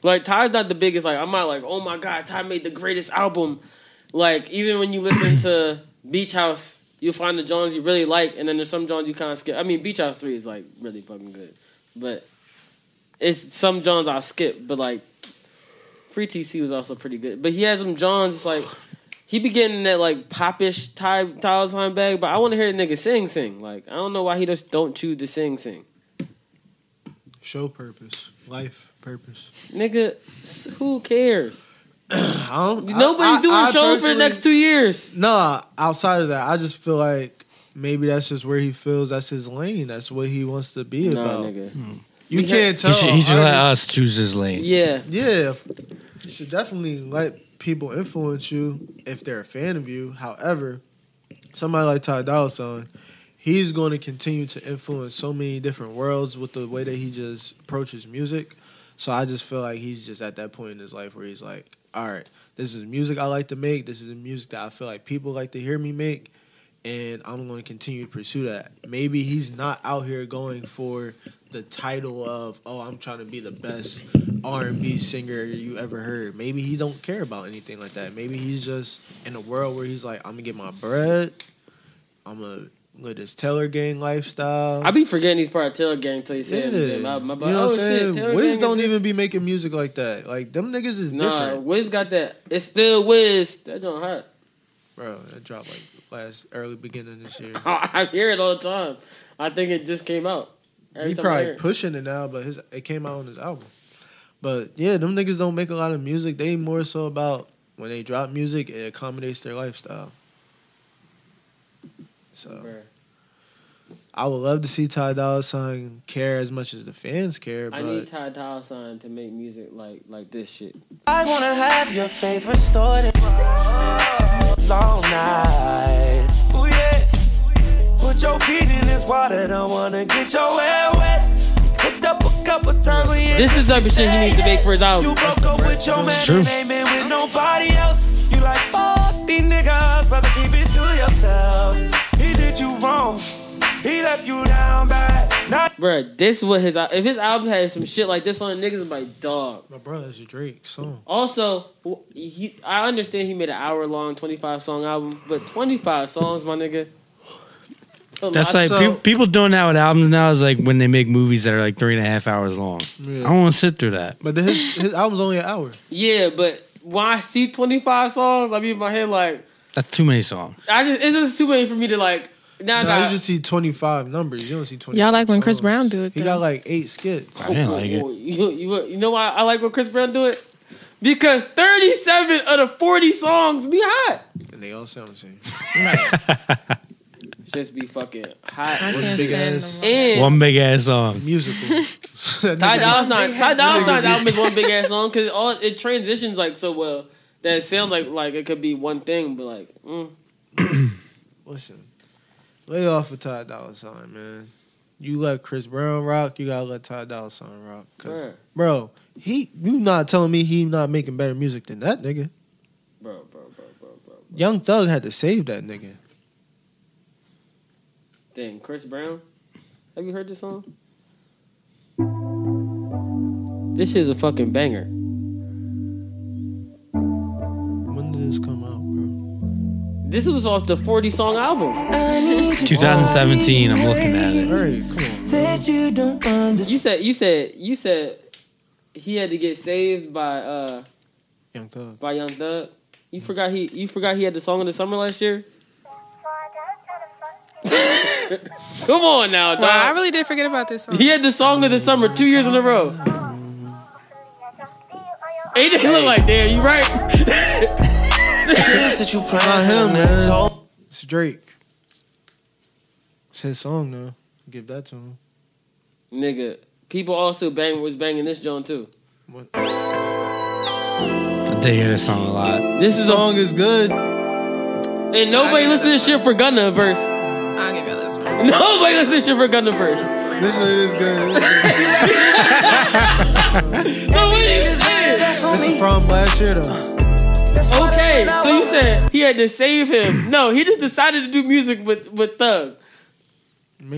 Like Ty's not the biggest. Like I'm not like, oh my god, Ty made the greatest album. Like even when you listen to Beach House, you find the Johns you really like, and then there's some Johns you kind of skip. I mean, Beach House Three is like really fucking good, but it's some Johns I'll skip. But like Free TC was also pretty good. But he has some Johns it's like he be getting that like popish Ty Ty Sign bag. But I want to hear the nigga sing sing. Like I don't know why he just don't choose to sing sing.
Show purpose, life purpose.
Nigga, s- who cares?
I don't, I-
Nobody's
I-
doing
I
shows for the
personally-
next two years.
Nah, outside of that, I just feel like maybe that's just where he feels that's his lane. That's what he wants to be
Nah,
about.
nigga.
You
He
can't
He
tell.
should, he should let
artists-
us choose his lane.
Yeah.
Yeah. f- You should definitely let people influence you if they're a fan of you. However, somebody like Ty Dolla Sign, he's going to continue to influence so many different worlds with the way that he just approaches music. So I just feel like he's just at that point in his life where he's like, all right, this is music I like to make. This is the music that I feel like people like to hear me make. And I'm going to continue to pursue that. Maybe he's not out here going for the title of, oh, I'm trying to be the best R&B singer you ever heard. Maybe he don't care about anything like that. Maybe he's just in a world where he's like, I'm going to get my bread. I'm going to live this Taylor gang lifestyle.
I be forgetting he's part of Taylor Gang until you say
Yeah.
it.
You
My,
know
my,
what
my, oh
I'm
shit,
saying?
Taylor
Wiz
Gang
don't
is-
even be making music like that. Like them niggas is
Nah,
different,
Wiz got that. It's still Wiz. That don't hurt. [LAUGHS]
bro. That dropped like last early beginning of this year.
I hear it all the time. I think it just came out. Every
he
time I
probably
hear it.
pushing it now, but his it came out on his album. But yeah, them niggas don't make a lot of music. They more so about when they drop music, it accommodates their lifestyle. So I would love to see Ty Dolla Sign care as much as the fans care,
I
but
need Ty Dolla Sign to make music like like this shit.
I wanna have your faith restored. Long night. Ooh, yeah. Put your feet in this water. Don't wanna get your hair wet. Hooked up a couple times. we ain't
This is the type of shit he needs to make for his album.
broke up with your man.
It's true.
and ain't been with nobody else. You like fuck these niggas. Brother, keep it to yourself. He did you wrong. He left you down bad. Not
Bruh, this what his al- if his album had some shit like this on it, niggas would be like dog.
my brother is a Drake
[LAUGHS]
song.
Also, wh- he I understand he made an hour long twenty five song album, but twenty five songs, my nigga. A
That's like
lot.
pe- people doing that with albums now is like when they make movies that are like three and a half hours long.
Yeah.
I don't want to sit through that.
But then his his album's only an hour.
Yeah, but when I see 25 songs, I be in my head like,
That's too many songs.
I just it's just too many for me to like. Now I
Nah,
got
you just see twenty five numbers. You don't see twenty.
Y'all like when Chris Brown do it.
He
Though.
got like eight skits.
I didn't like it.
[LAUGHS] you, you, you know why I like when Chris Brown do it because 37 of the 40 songs be hot.
And they all sound the same.
Just be fucking hot.
can't One big stand ass- them.
And
One big ass song.
[LAUGHS]
Musical. [LAUGHS]
Ty Dolla Sign. Ty Dolla Sign's album is one big ass song because all it transitions like so well that it sounds like like it could be one thing, but like mm.
Listen, lay off of Ty Dolla Sign, man. You let Chris Brown rock, you gotta let Ty Dolla Sign rock. 'cause-
Right.
bro, he you not telling me he not making better music than that nigga.
bro, bro, bro, bro, bro.
Young Thug had to save that nigga.
Dang, Chris Brown. Have you heard this song? This is a fucking banger.
When did this come out,
bro? This was off the 40 song album.
2017. I'm looking at it.
That you don't understand. You said you said you said he had to get saved by uh
Young Thug.
by Young Thug. You forgot he you forgot he had the song of the summer last year. Come on now, dog.
Wow, I really did forget about this song.
He had the song of the summer two years in a row. AJ look like, damn, you right.
Not him, man. It's Drake. It's his song now. Give that to him.
Nigga, people also bang was banging this joint too.
I did hear this song a lot.
This is
song is good.
And nobody listen to this shit for Gunna verse.
I'll give you this one.
[LAUGHS] Nobody listen to this shit for Gunna verse.
This shit is good.
No, what you saying?
This is from last year though.
Okay, so you said he had to save him. No, he just decided to do music with with Thug.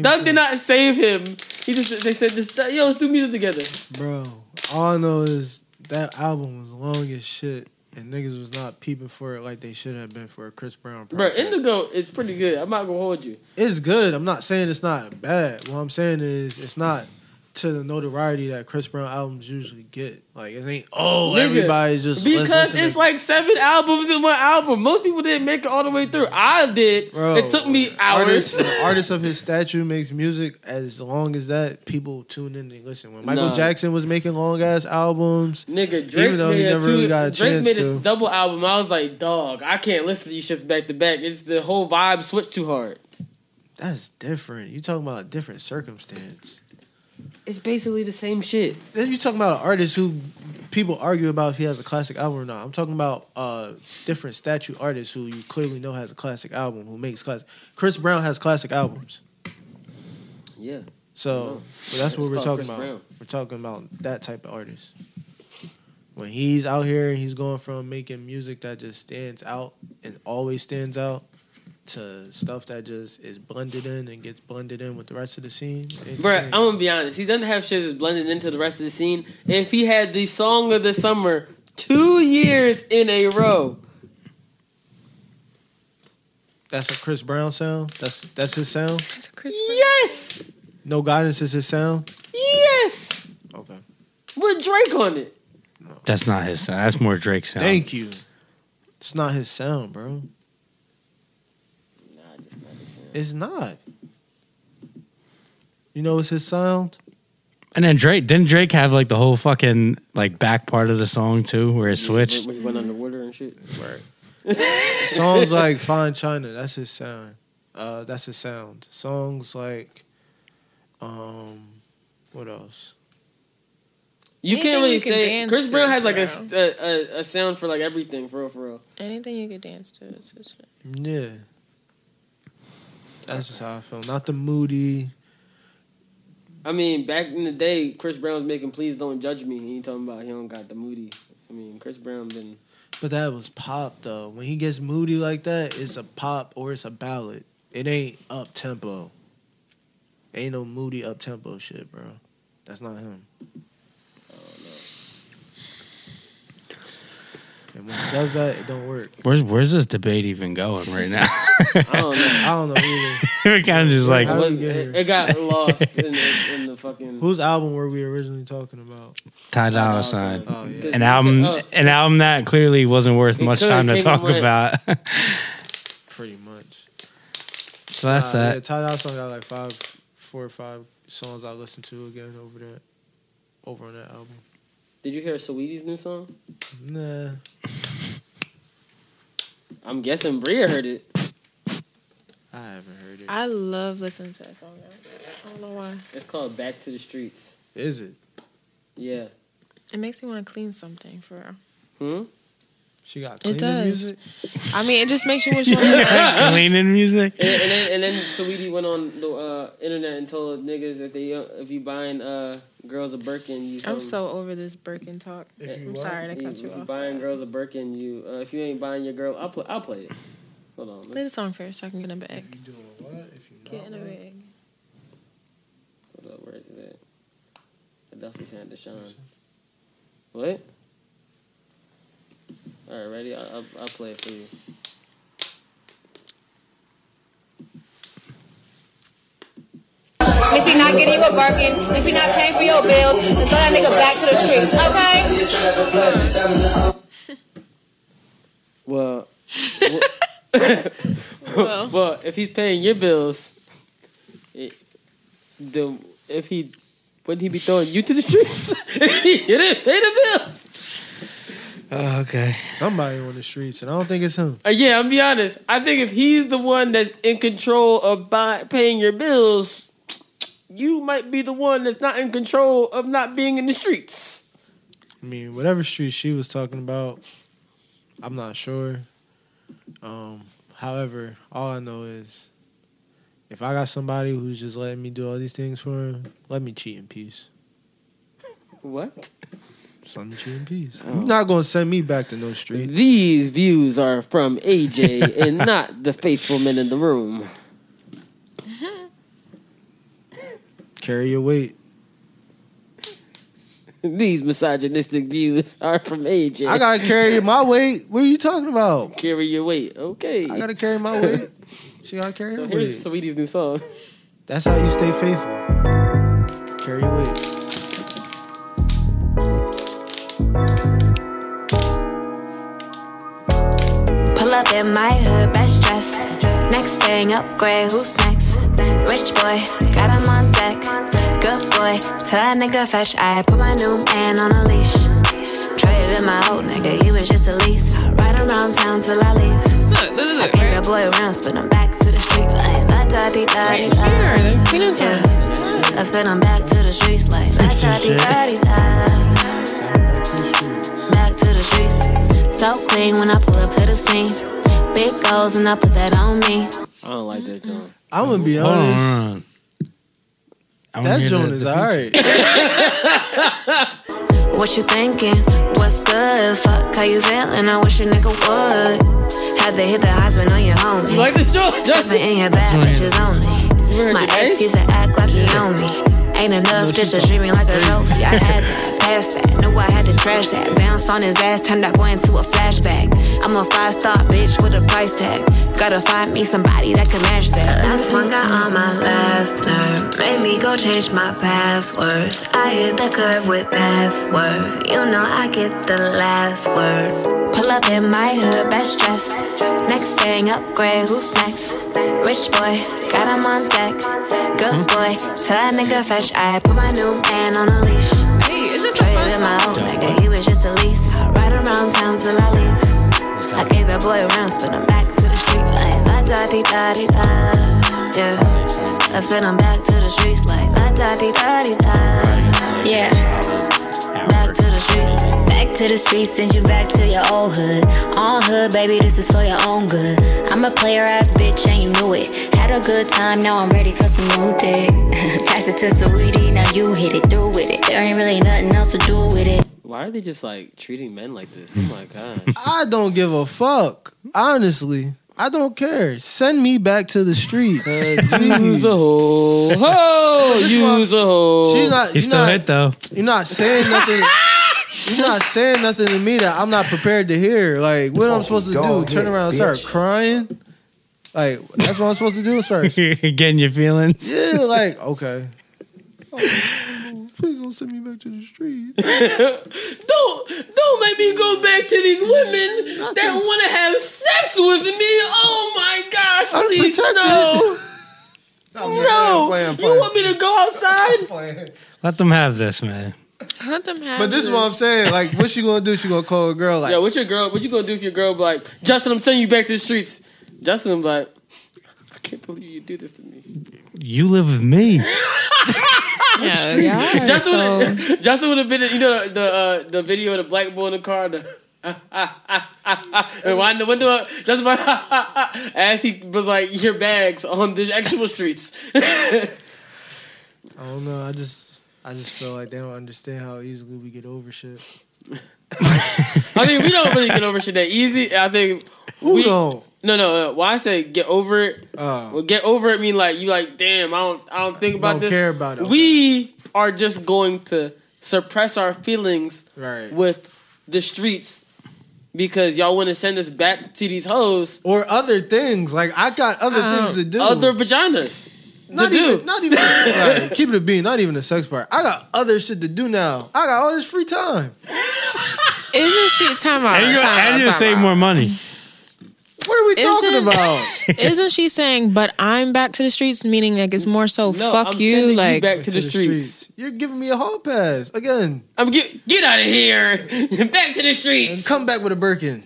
Thug did not save him. He just they said just yo let's do music together.
Bro, all I know is that album was long as shit. And niggas was not peeping for it like they should have been for a Chris Brown
Bro,
project.
Indigo is pretty good. I'm not gonna hold you.
It's good. I'm not saying it's not bad. What I'm saying is it's not to the notoriety that Chris Brown albums usually get. Like it ain't oh
Nigga,
everybody's just let's
because
listen to
it's like seven albums in one album. Most people didn't make it all the way through. I did.
Bro,
it took me hours.
Artists, artists of his stature makes music as long as that people tune in and listen. When Michael
Nah.
Jackson was making long ass albums,
Nigga, Drake
even though
made
he
a
never
two-
really got a
Drake
chance
made
to.
a double album. I was like, dog, I can't listen to these shits back to back. It's the whole vibe switched too hard.
That's different. You talking about a different circumstance.
It's basically the same shit.
Then you talking about an artist who people argue about if he has a classic album or not. I'm talking about uh different statue artists who you clearly know has a classic album, who makes classic. Chris Brown has classic albums.
Yeah.
So but that's what we're
It's called
talking
Chris
about.
Brown.
We're talking about that type of artist. When he's out here and he's going from making music that just stands out and always stands out to stuff that just is blended in and gets blended in with the rest of the scene. it's
Bruh, I'm
insane.
gonna be honest. He doesn't have shit that's blended into the rest of the scene. If he had the song of the summer two years in a row,
that's a Chris Brown sound. That's that's his sound.
yes,
No guidance is his sound.
yes,
Okay.
with Drake on it.
That's not his sound. That's more Drake's sound.
Thank you. It's not his sound, bro. It's not. You know it's his sound?
And then Drake didn't Drake have like the whole fucking like back part of the song too, where it switched.
When he went underwater and shit. Right.
Songs like Fine China, that's his sound. Uh, that's his sound. Songs like, um, what else?
You
Anything
can't really
you can
say
dance
Chris
to,
Brown has like a,
bro.
a, a a sound for like everything for real for real.
Anything you could dance to. It's just,
Yeah. That's just how I feel. Not the moody.
I mean, back in the day, Chris Brown was making "Please Don't Judge Me." He talking about he don't got the moody. I mean, Chris Brown been
But that was pop though. When he gets moody like that, it's a pop or it's a ballad. It ain't up tempo. Ain't no moody up tempo shit, bro. That's not him. And when he does that, it don't work.
Where's Where's this debate even going right now? [LAUGHS]
I
[LAUGHS]
don't know.
I don't know either.
We're kind of just like
How did we
it,
get here? [LAUGHS]
it got lost in the, in the fucking.
Whose album were we originally talking about?
Ty Dolla Sign,
Oh, yeah.
an album, an album that clearly wasn't worth
It
much
could've
time to
came
talk
with-
about.
[LAUGHS] Pretty much.
so that's
Nah,
that.
Yeah, Ty Dolla Sign got like five, four or five songs I listened to again over that, over on that album.
Did you hear Saweetie's new song?
Nah.
I'm guessing Bria heard it.
I haven't heard it.
I love listening to that song. Now. I don't know why.
It's called "Back to the Streets."
Is it?
Yeah.
It makes me want to clean something for real.
Hmm?
She got
It
cleaning
does.
music?
I mean, it just makes you
[LAUGHS]
want to.
Cleaning music.
And, and then and then Saweetie went on the uh, internet and told niggas if they uh, if you buying uh, girls a Birkin, you.
I'm so over this Birkin talk. I'm sorry to
If
cut
you
you off.
buying girls a Birkin, you uh, if you ain't buying your girl, I'll play. I'll play it. Hold on.
Play the song first so I can get in bag. Get in a bag.
Hold up, where is it at? I definitely sent it to Sean. What? All right, ready? I, I, I'll play it for you.
If he not getting you a Birkin, if he not paying for your bills, then throw that nigga back to the street, okay?
Well, well, well, if he's paying your bills, it, then if he wouldn't he be throwing you to the streets? [LAUGHS] you didn't pay the bills.
Oh, okay. Somebody on the streets, and I don't think it's him.
Uh, yeah, I'm be honest. I think if he's the one that's in control of buy, paying your bills, you might be the one that's not in control of not being in the streets.
I mean, whatever street she was talking about, I'm not sure. Um, however, all I know is if I got somebody who's just letting me do all these things for him, let me cheat in peace.
What?
Just let me cheat in peace. You're not gonna send me back to no street.
These views are from AJ and not the faithful men in the room.
Carry your weight.
These misogynistic views are from AJ.
I gotta carry my weight. What are you talking about?
Carry your weight. Okay.
I gotta carry my weight. She gotta carry
So
her
here's
weight.
Sweetie's new song.
That's how you stay faithful. Carry your weight.
Pull up in my hood, best dressed. Next thing, upgrade, who's next? Rich boy, got him on deck. Good boy, tell that nigga fetch. I put my new man on a leash. Traded in my old nigga, he was just a lease. I ride around town till I leave. Look, look, look. I gave that boy rounds, spin him back to the street like la da di da di da. Yeah. I spin him back to the streets like la
Fix
da
this
di da di
shit.
da. Back to the streets. So clean when I pull up to the scene. Big goals and I put that on me.
I don't like that joint.
I'm gonna be
Hold on,
honest.
hold on. I wanna
That
hear
joint
the-
is
the
alright.
What you thinking? What's good? Fuck how you feeling? I wish a nigga would. Had they hit the husband on your homie.
You like this joke?
Stepping in your bad bitches only. My ex used to act like he owned me. Ain't enough just to treat me like a trophy. I had that, passed that, knew I had to trash that. Bounced on his ass, turned that boy into a flashback. I'm a five star bitch with a price tag. Gotta find me somebody that can match that. Last one got on my last nerve. Made me go change my password. I hit the curve with password. You know I get the last word. Pull up in my hood, best dressed. Next thing, upgrade, who's next? Rich boy, got him on deck. Good boy, tell that nigga fetch. I put my new man on a leash. Hey, it's just Traded in my old nigga, he was just a lease. I ride around town till I leave. I gave that boy around, spin him back to the street like la da di da di da. Yeah, I spin him back to the streets like la da di da di da. Yeah, back to the streets.
Back to the streets, send you back to your old hood. On hood, baby, this is for your own good. I'm a player ass bitch and you knew it. Had a good time, now I'm ready for some new dick. [LAUGHS] Pass it to Saweetie, now you hit it through with it. There ain't really nothing else to do with it.
Why are they just like treating men like this? Oh my god.
I don't give a fuck. Honestly, I don't care. Send me back to the streets.
Use a hoe, hoe, use a hoe.
She's not.
He
you're
still
not-
hit though. [LAUGHS]
You're not saying [LAUGHS] nothing. You're not saying nothing to me that I'm not prepared to hear. Like what I'm supposed to do?
dog
Turn
hit,
around and start
bitch.
crying? Like that's what I'm supposed to do
[LAUGHS]
first?
Getting your feelings.
Yeah, like okay. Oh, please don't send me back to the street.
[LAUGHS] don't don't make me go back to these women that want to have sex with me. Oh my gosh,
I'm
please
protected. [LAUGHS]
no. No,
playing,
you want me to go outside?
Let them have this, man.
Let them have.
But this is what I'm saying. Like, what she gonna do? She gonna call a girl like,
Yo, what your girl? What you gonna do if your girl be like, Justin? I'm sending you back to the streets. Justin, I'm like, I can't believe you do this to me.
You live with me.
Yeah, Oh, yeah.
Justin
So-
[LAUGHS] would Justin would have been in- you know the the, uh, the video of the black boy in the car. The, and wind the window up. That's my [LAUGHS] as he was like your bags on the actual streets. [LAUGHS]
I don't know. I just I just feel like they don't understand how easily we get over shit.
I mean, we don't really get over shit that easy. I think we
don't?
No, no. Uh, why I say get over it?
Oh,
well, get over it mean like you like damn. I don't. I don't think about
Don't
this.
care about it.
We are just going to suppress our feelings
Right.
with the streets because y'all want to send us back to these hoes
or other things. Like I got other things to do.
Uh, Other vaginas.
Not
to
even,
do.
not
[LAUGHS]
even. like, keep it a bean. Not even the sex part. I got other shit to do now. I got all this free time.
It's just shit. Time out.
And you're
time out,
and you'll
time
save
out.
more money.
What are we
Isn't-
[LAUGHS]
talking about?
Isn't she saying, "But I'm back to the streets," meaning like it's more so fuck
I'm
you,
sending you
like
back to the streets. You're giving me a hall pass again.
I'm get get out of here. [LAUGHS] back to the streets.
And come back with a
[LAUGHS]
Birkin.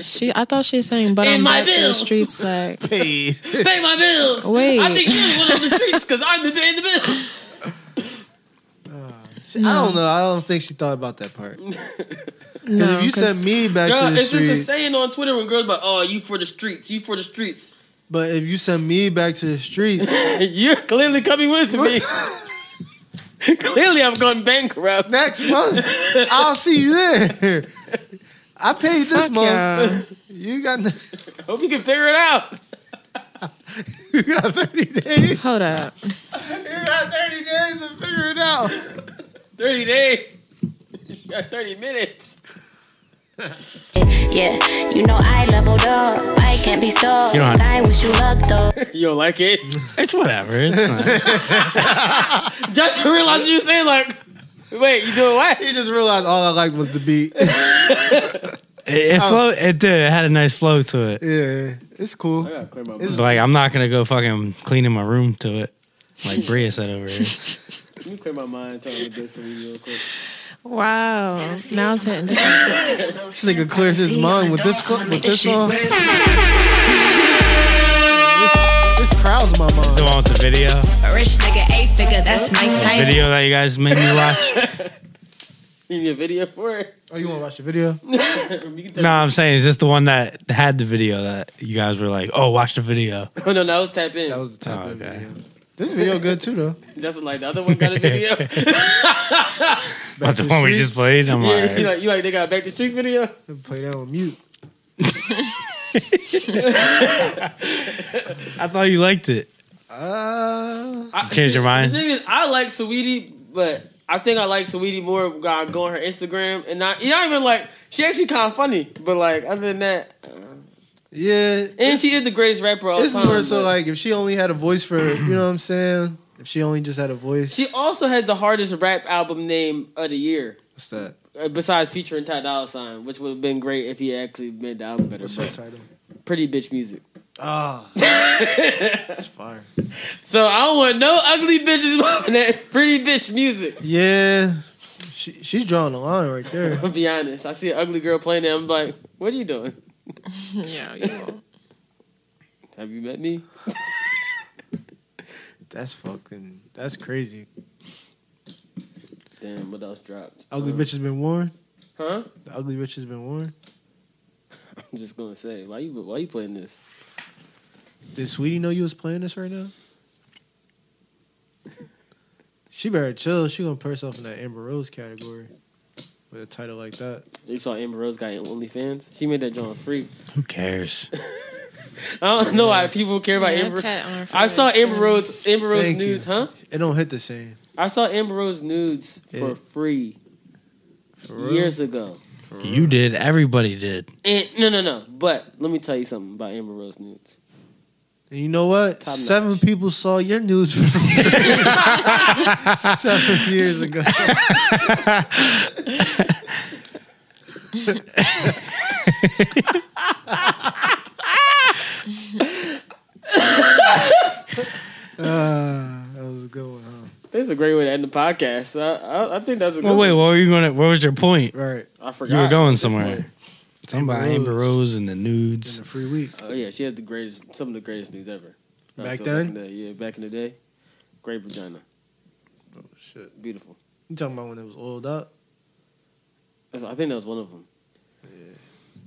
She, I thought she was saying, "But
And
I'm
my
back to the
bills.
streets," like
Paid. [LAUGHS]
Pay my bills.
Wait.
I think you're one of the streets because I'm the paying the bills.
She- I don't know. I don't think she thought about that
[LAUGHS]
part. Because
No,
if you sent
'cause-
me back
Girl,
to the
it's
streets,
just a saying on Twitter when girls be like, "Oh, you for the streets, you for the streets." [LAUGHS]
but if you sent me back to the streets,
you're clearly coming with me. [LAUGHS] clearly, I've gone bankrupt.
Next [LAUGHS] month, I'll see you there. I paid this
Fuck
month.
yeah.
You got n-
Hope you can figure it out.
you got thirty days.
Hold up.
[LAUGHS] You got thirty days to figure it out.
Thirty days. [LAUGHS] You got Thirty minutes.
Yeah, you know I leveled up. I can't be stuck.
You don't-
I wish you luck though.
You don't like it?
It's whatever.
[LAUGHS]
It's not.
Just [LAUGHS] realized you were saying like, wait, you doing what?
You just realized all I liked was the beat.
It, it
Oh.
flowed. It did. It had a nice flow to it.
[LAUGHS] Yeah, it's cool.
But, like I'm not gonna go fucking cleaning my room to it, like Bria said over here.
Let me clear my mind. Tell me to get some real quick.
Wow. Now it's hitting.
This nigga clears his mind with this song. With this song. this, this crowd's my mind.
The one with the video,
A rich nigga, eight figure, that's my type.
video that you guys made me watch.
[LAUGHS]
You need a video for it. [LAUGHS]
Oh, you want to watch the video?
No, I'm saying is this the one that had the video that you guys were like, oh, watch the video.
Oh no, that was tap in. That
was the tap
in. Video.
Oh, This video good too though.
Doesn't like the other one got
[LAUGHS]
a video. [LAUGHS]
But the one we just played, I'm
Yeah,
like,
you like you like they got back to streets video.
Play that on mute.
I thought you liked it.
Uh,
I-
Change your
the
mind.
thing is, I like Saweetie, but I think I like Saweetie more. God, go on her Instagram and not, you not even like. She actually kind of funny, but like other than that,
Yeah.
and she is the greatest rapper. Of all
It's
time,
more so
but
like if she only had a voice for you know what I'm saying. If she only just had a voice.
she also has the hardest rap album name of the year.
What's that?
Uh, Besides featuring Ty Dolla Sign, which would have been great if he actually made the album better.
What's
but
her title?
Pretty bitch music. [LAUGHS]
Ah,
it's
fire.
So I don't want no ugly bitches [LAUGHS] loving that pretty bitch music.
Yeah. She she's drawing a line right there.
I'll be honest. I see an ugly girl playing it. I'm like, what are you doing?
[LAUGHS] yeah, you know.
Have you met me?
[LAUGHS] That's fucking that's crazy.
Damn, what else dropped?
Ugly
Uh,
bitch has been warned.
Huh?
The ugly bitch has been warned.
I'm just gonna say, why you why you playing this?
Did Sweetie know you was playing this [LAUGHS] right now? She better chill. She gonna put herself in that Amber Rose category with a title like that.
You saw Amber Rose got OnlyFans. She made that joint free.
Who cares?
I don't know why people care about
Yeah,
Amber.
tat on her
I saw
face,
Amber
yeah.
Rose Amber Rose
Thank you.
nudes, huh?
It don't hit the same.
I saw Amber Rose nudes
Yeah.
for free
real?
years ago.
Mm. You did. Everybody did.
And no, no, no. But let me tell you something about Amber Rose nudes.
And you know what?
Top
Seven people saw your news seven years [LAUGHS] ago. Ah, that was a good one, huh?
That's a great way to end the podcast. I, I, I think that's a good.
Well, wait.
one.
What were you gonna? What was your point?
Right.
I forgot.
You were
at
going
this
somewhere.
point.
Something about Amber Rose and the nudes.
In a free week.
Oh yeah, she had the greatest, some of the greatest nudes ever. Uh,
Back
so
then?
in the day, yeah, back in the day, great vagina.
Oh shit.
Beautiful.
You talking about when it was oiled up?
That's- I think that was one of them.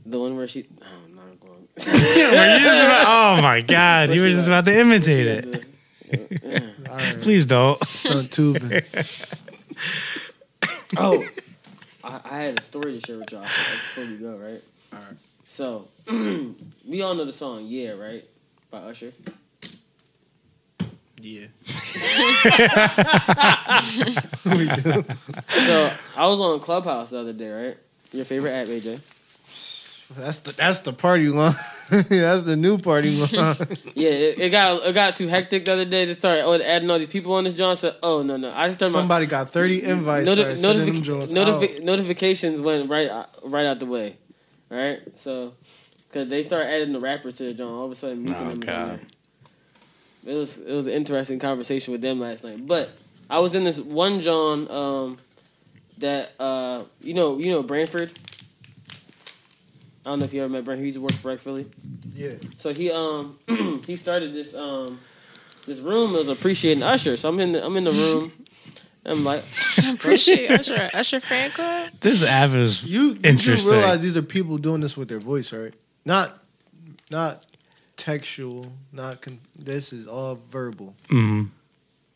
The one where she. Oh, I'm not
[LAUGHS]
going.
Were you just about- oh my god, you were just about to imitate it. Please don't.
Stunt tubing.
oh, I, I had a story to share with y'all before we go, right? All right. So, [CLEARS THROAT] we all know the song "Yeah," right, by Usher.
[LAUGHS] Yeah. We do.
so I was on Clubhouse the other day, right? Your favorite app, AJ.
That's the that's the party line. [LAUGHS] that's the new party line.
Yeah, it, it got it got too hectic the other day. They started oh, adding all these people on this John said, "Oh no, no!" I just turned my-
Somebody got 30 invites, started sending them joints
notifi- Notifications went right out- right out the way, right? So, because they started adding the rapper to the John, all of a sudden, Meek and
Oh,
them was
God.
on there. it was it was an interesting conversation with them last night. But I was in this one John um, that uh, you know you know Branford. I don't know if you ever met Branford. He used to work for Rec Philly.
Yeah.
So he um [CLEARS THROAT] he started this um this room that was appreciating Usher. So I'm in the, I'm in the room. I'm like
[LAUGHS] Appreciate Usher. Usher fan club.
This app is
You, you do
interesting.
realize these are people doing this with their voice, right? Not not textual, not con- this is all verbal.
Mhm.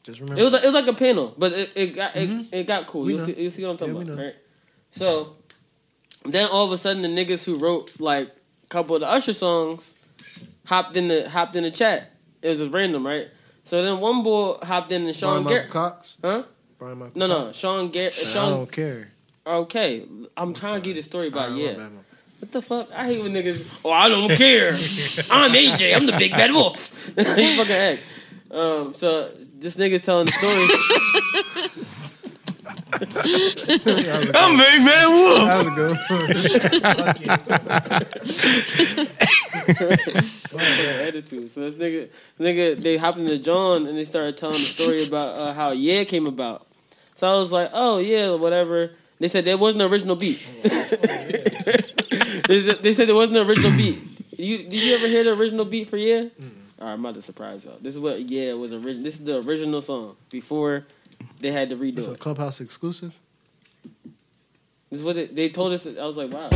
Just
It
remember
was it was like a panel, but it, it got it, it got cool.
Mm-hmm. We
You
know.
see, you see what I'm talking
Yeah, we
about,
know.
right? So then all of a sudden the niggas who wrote like a couple of the Usher songs hopped in the hopped in the chat. It was just random, right? So then one boy hopped in and
Brian
Sean
Michael
Garrett,
Cox.
huh?
Brian Michael
No, no,
Cox.
Sean Garrett.
Man, I
Sean
don't care.
Okay, I'm trying to give you the story about
Alright, my
yeah.
bad,
What the fuck? I hate when niggas. Oh,
[LAUGHS]
I don't care. I'm AJ. I'm the big bad wolf. [LAUGHS] you fucking act. Um, so this nigga telling the
[LAUGHS]
story.
I'm big man wolf.
That was a
[LAUGHS] [LAUGHS] attitude. So this nigga, nigga, they hopped into John and they started telling the story about uh, how yeah came about. So I was like, oh yeah, whatever. They said there wasn't an original beat. [LAUGHS] they, they said there wasn't an original beat. You did you ever hear the original beat for yeah? All right, I'm about to surprise y'all. This is what yeah was original. This is the original song before they had to redo
It's a
it.
clubhouse exclusive.
This is what they, they told us. I was like, wow.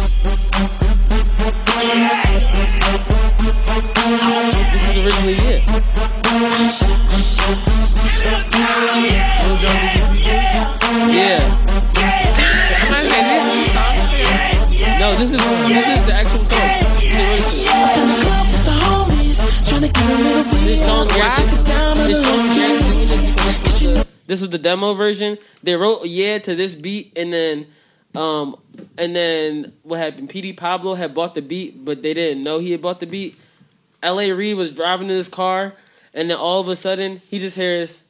This is originally it. Yeah. No, this is this is the actual song. This song Jackson. This song Jackson. This was the demo version. They wrote yeah to this beat, and then, um, and then what happened? PD Pablo had bought the beat, but they didn't know he had bought the beat. L.A. Reid was driving in his car, and then all of a sudden he just hears,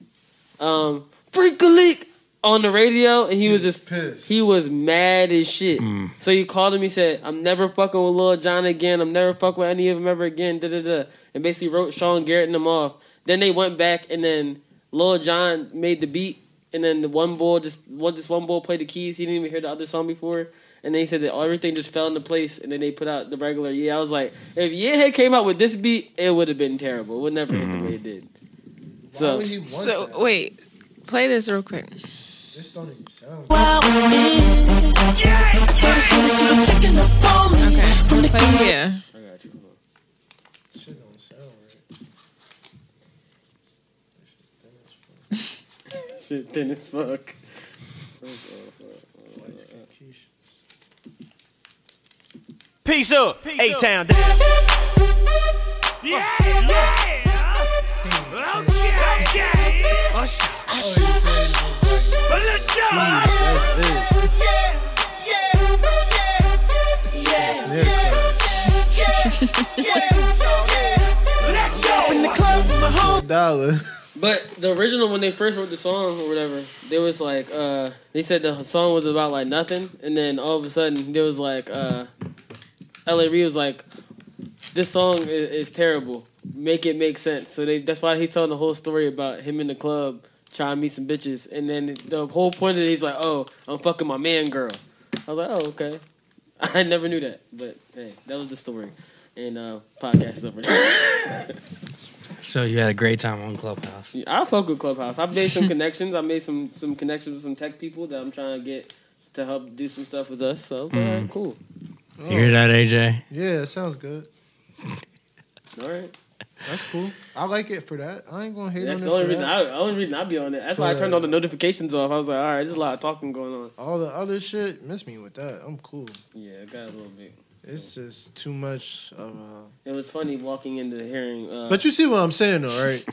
um, "Freak a leak" on the radio, and he, was just pissed. He was mad as shit. So he called him. He said, "I'm never fucking with Lil John again. I'm never fucking with any of them ever again." Da da da. And basically wrote Sean Garrett and them off. Then they went back, and then Lil John made the beat, and then the one boy just one this one boy played the keys. He didn't even hear the other song before. And they said that everything just fell into place, and then they put out the regular. Yeah, I was like, if Yeah had came out with this beat, it would have been terrible. It would never hit the way it did. so
So wait, play this real quick.
This don't even sound.
Okay, play yeah.
Shit don't sound right.
Shit thin as fuck.
Peace up, A Town.
Oh,
Yeah, yeah. Okay, okay. Usher, Usher. But look, John.
Dollar. [LAUGHS]
But the original, when they first wrote the song or whatever, they was like, uh, they said the song was about like nothing, and then all of a sudden there was like, uh, L.A. Reid was like, this song is, is terrible. Make it make sense. So they that's why he telling the whole story about him in the club trying to meet some bitches, and then the whole point of it, he's like, oh, I'm fucking my man girl. I was like, oh, okay. [LAUGHS] I never knew [LAUGHS] that, but hey, that was the story. And uh, podcast is over.
So you had a great time on Clubhouse.
I fuck with Clubhouse. I've made some [LAUGHS] connections. I made some some connections with some tech people that I'm trying to get to help do some stuff with us. So I was like,
Mm.
all right, cool.
You hear that, AJ?
Yeah, it sounds good.
All right.
That's cool. I like it for that. I ain't gonna hate
That's
on it.
the only
for
reason.
that.
I, the only reason I be on it. That's why I
But-
turned all the notifications off. I was like, all right, there's a lot of talking going on.
All the other shit, miss me with that. I'm cool.
Yeah, it got a little bit.
It's just too much of a.
It was funny walking into the hearing. Uh,
But you see what I'm saying, though,
[LAUGHS]
right?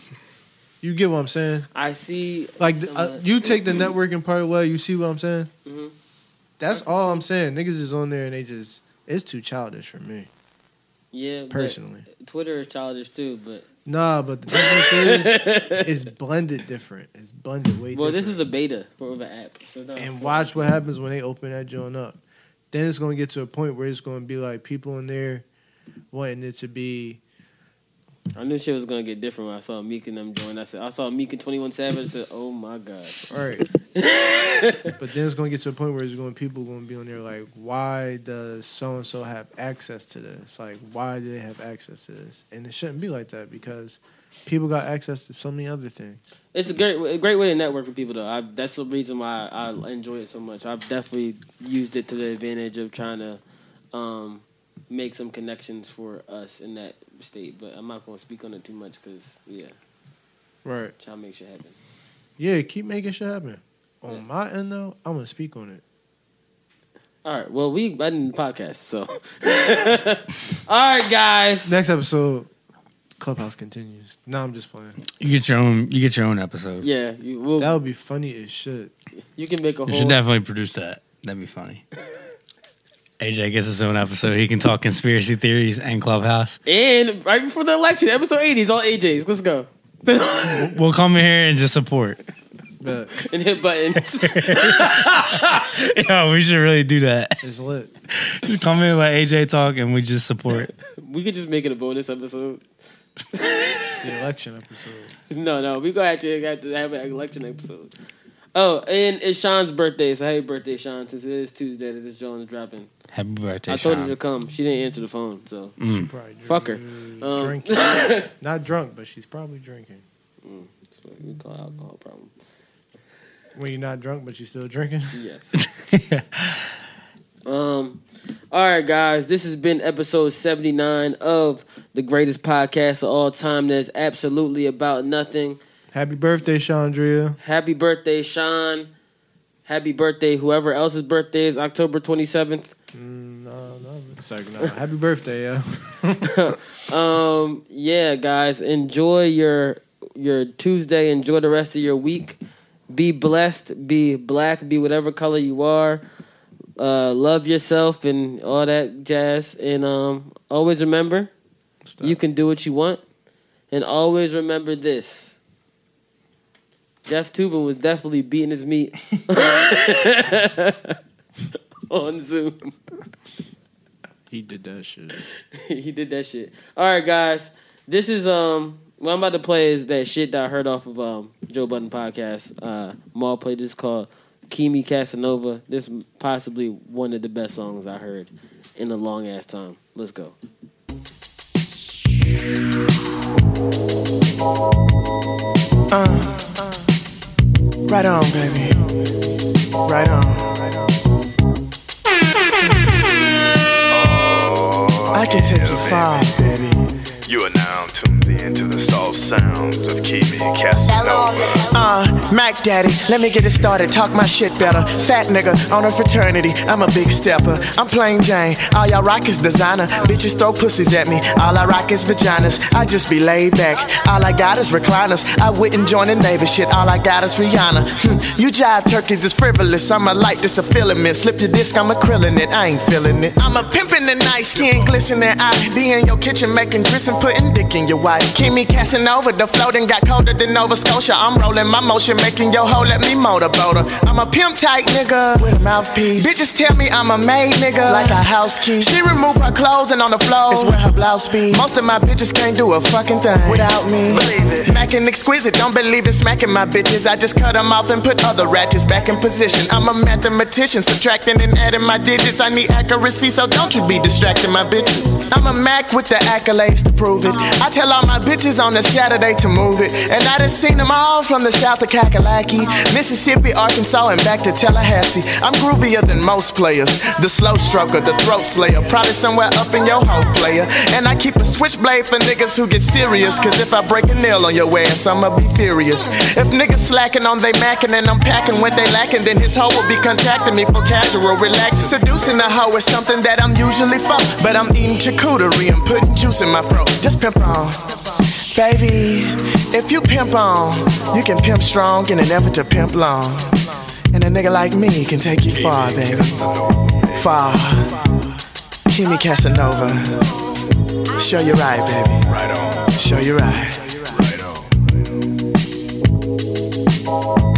you get what I'm saying.
I see.
Like
so
uh,
much.
you take the networking part away. You see what I'm saying?
Mhm.
That's all I'm saying. Niggas is on there and they just. It's too childish for me.
Yeah, but
Personally.
Twitter is childish too. But
Nah, but the difference is, it's blended different. It's blended way
well,
different.
this is a beta for the app. So no,
and watch what happens when they open that joint up. Then it's gonna get to a point where it's gonna be like people in there wanting it to be
I knew shit was gonna get different when I saw Meek and them join. I said I saw Meek and Twenty One Savage. I said, oh my god.
all right. but then it's gonna get to a point where it's going people gonna be on there like, why does so and so have access to this? Like, why do they have access to this? And it shouldn't be like that because people got access to so many other things.
It's a great, a great way to network with people, though. I, that's the reason why I enjoy it so much. I've definitely used it to the advantage of trying to um, make some connections for us in that state. But I'm not going to speak on it too much because, yeah,
Right.
trying to make shit happen.
Yeah, keep making shit happen. On my end though, I'm gonna speak on it.
All right. Well, we ended the podcast, so. [LAUGHS] All right, guys.
Next episode, Clubhouse continues. No, I'm just playing.
You get your own. You get your own episode.
Yeah, you will.
That would be funny as shit.
You can make a
You should definitely produce that. That'd be [LAUGHS] funny. AJ gets his own episode. He can talk conspiracy theories and Clubhouse.
And right before the election, episode 80 is all AJ's. Let's go.
We'll come in here and just [LAUGHS] support.
and hit buttons. [LAUGHS]
Yo, we should really do that. [LAUGHS]
It's lit.
Just come in, let AJ talk, and we just support.
we could just make it a bonus episode.
The election episode.
No, no, we go actually have to have an election episode. Oh, and it's Sean's birthday, so happy birthday, Sean! Since it is Tuesday that this Jones is dropping.
Happy birthday,
I told her
Sean.
to come. She didn't answer the phone, so
Mm. She probably
fuck her. Um,
Drinking. Not drunk, but she's probably drinking.
Mm, that's what we call alcohol problem.
When you're not drunk, but you're still drinking.
[LAUGHS]
Yes. um. All right, guys. This has been episode seventy nine of the greatest podcast of all time. That's absolutely about nothing.
Happy birthday, Chandria.
Happy birthday, Sean. Happy birthday, whoever else's birthday is October twenty seventh.
No, no. Sorry, no. Happy birthday,
[LAUGHS]
yeah.
um yeah guys enjoy your your tuesday enjoy the rest of your week be blessed be black be whatever color you are uh love yourself and all that jazz and um always remember you can do what you want and always remember this jeff tubin was definitely beating his meat [LAUGHS] on zoom
He did that shit.
[LAUGHS] he did that shit. All right, guys. This is um. What I'm about to play is that shit that I heard off of um Joe Budden podcast. Uh, Maul played this called Kimi Casanova. This possibly one of the best songs I heard in a long ass time. Let's go.
Uh, right on, baby. Right on. I can take you far, baby.
You are now tuned in to the soft sounds of Kimi Casanova.
Uh, Mac Daddy, let me get it started. Talk my shit better. Fat nigga on a fraternity. I'm a big stepper. I'm plain Jane. All y'all rock is designer. Bitches throw pussies at me. All I rock is vaginas. I just be laid back. All I got is recliners. I wouldn't join the Navy shit. All I got is Rihanna. Hmm. You jive turkeys is frivolous. I'm a light that's a filament. Slip your disc, I'm a krillin' it. I ain't feeling it. I'm a pimpin' the night skin, glistening eye. Be in your kitchen making grits and putting dick in your wife. Kimmy Casanova, the floating got colder than Nova Scotia. I'm rolling my motion, making your hoe let me motorboat her. I'm a pimp type nigga with a mouthpiece. Bitches tell me I'm a maid nigga, like a house key. She remove her clothes and on the floor is where her blouse be. Most of my bitches can't do a fucking thing without me. Believe it. Mackin' exquisite, don't believe in smacking my bitches. I just cut them off and put other ratchets back in position. I'm a mathematician, subtracting and adding my digits. I need accuracy, so don't you be distracting my bitches. I'm a Mac with the accolades to prove it. I tell all my my bitches on a Saturday to move it. And I done seen them all from the south of Kakalaki, Mississippi, Arkansas, and back to Tallahassee. I'm groovier than most players. The slow stroker, the throat slayer, probably somewhere up in your hoe player. And I keep a switchblade for niggas who get serious. Cause if I break a nail on your ass, I'ma be furious. If niggas slacking on they mackin' and I'm packing what they lacking, then his hoe will be contacting me for casual relax. Seducing a hoe is something that I'm usually for. But I'm eating charcuterie and putting juice in my throat. Just pimp on. Baby, if you pimp on, you can pimp strong in an effort to pimp long. And a nigga like me can take you far, baby. Far. Kimi Casanova. Show you right, baby. Right on. Show you right. Right on.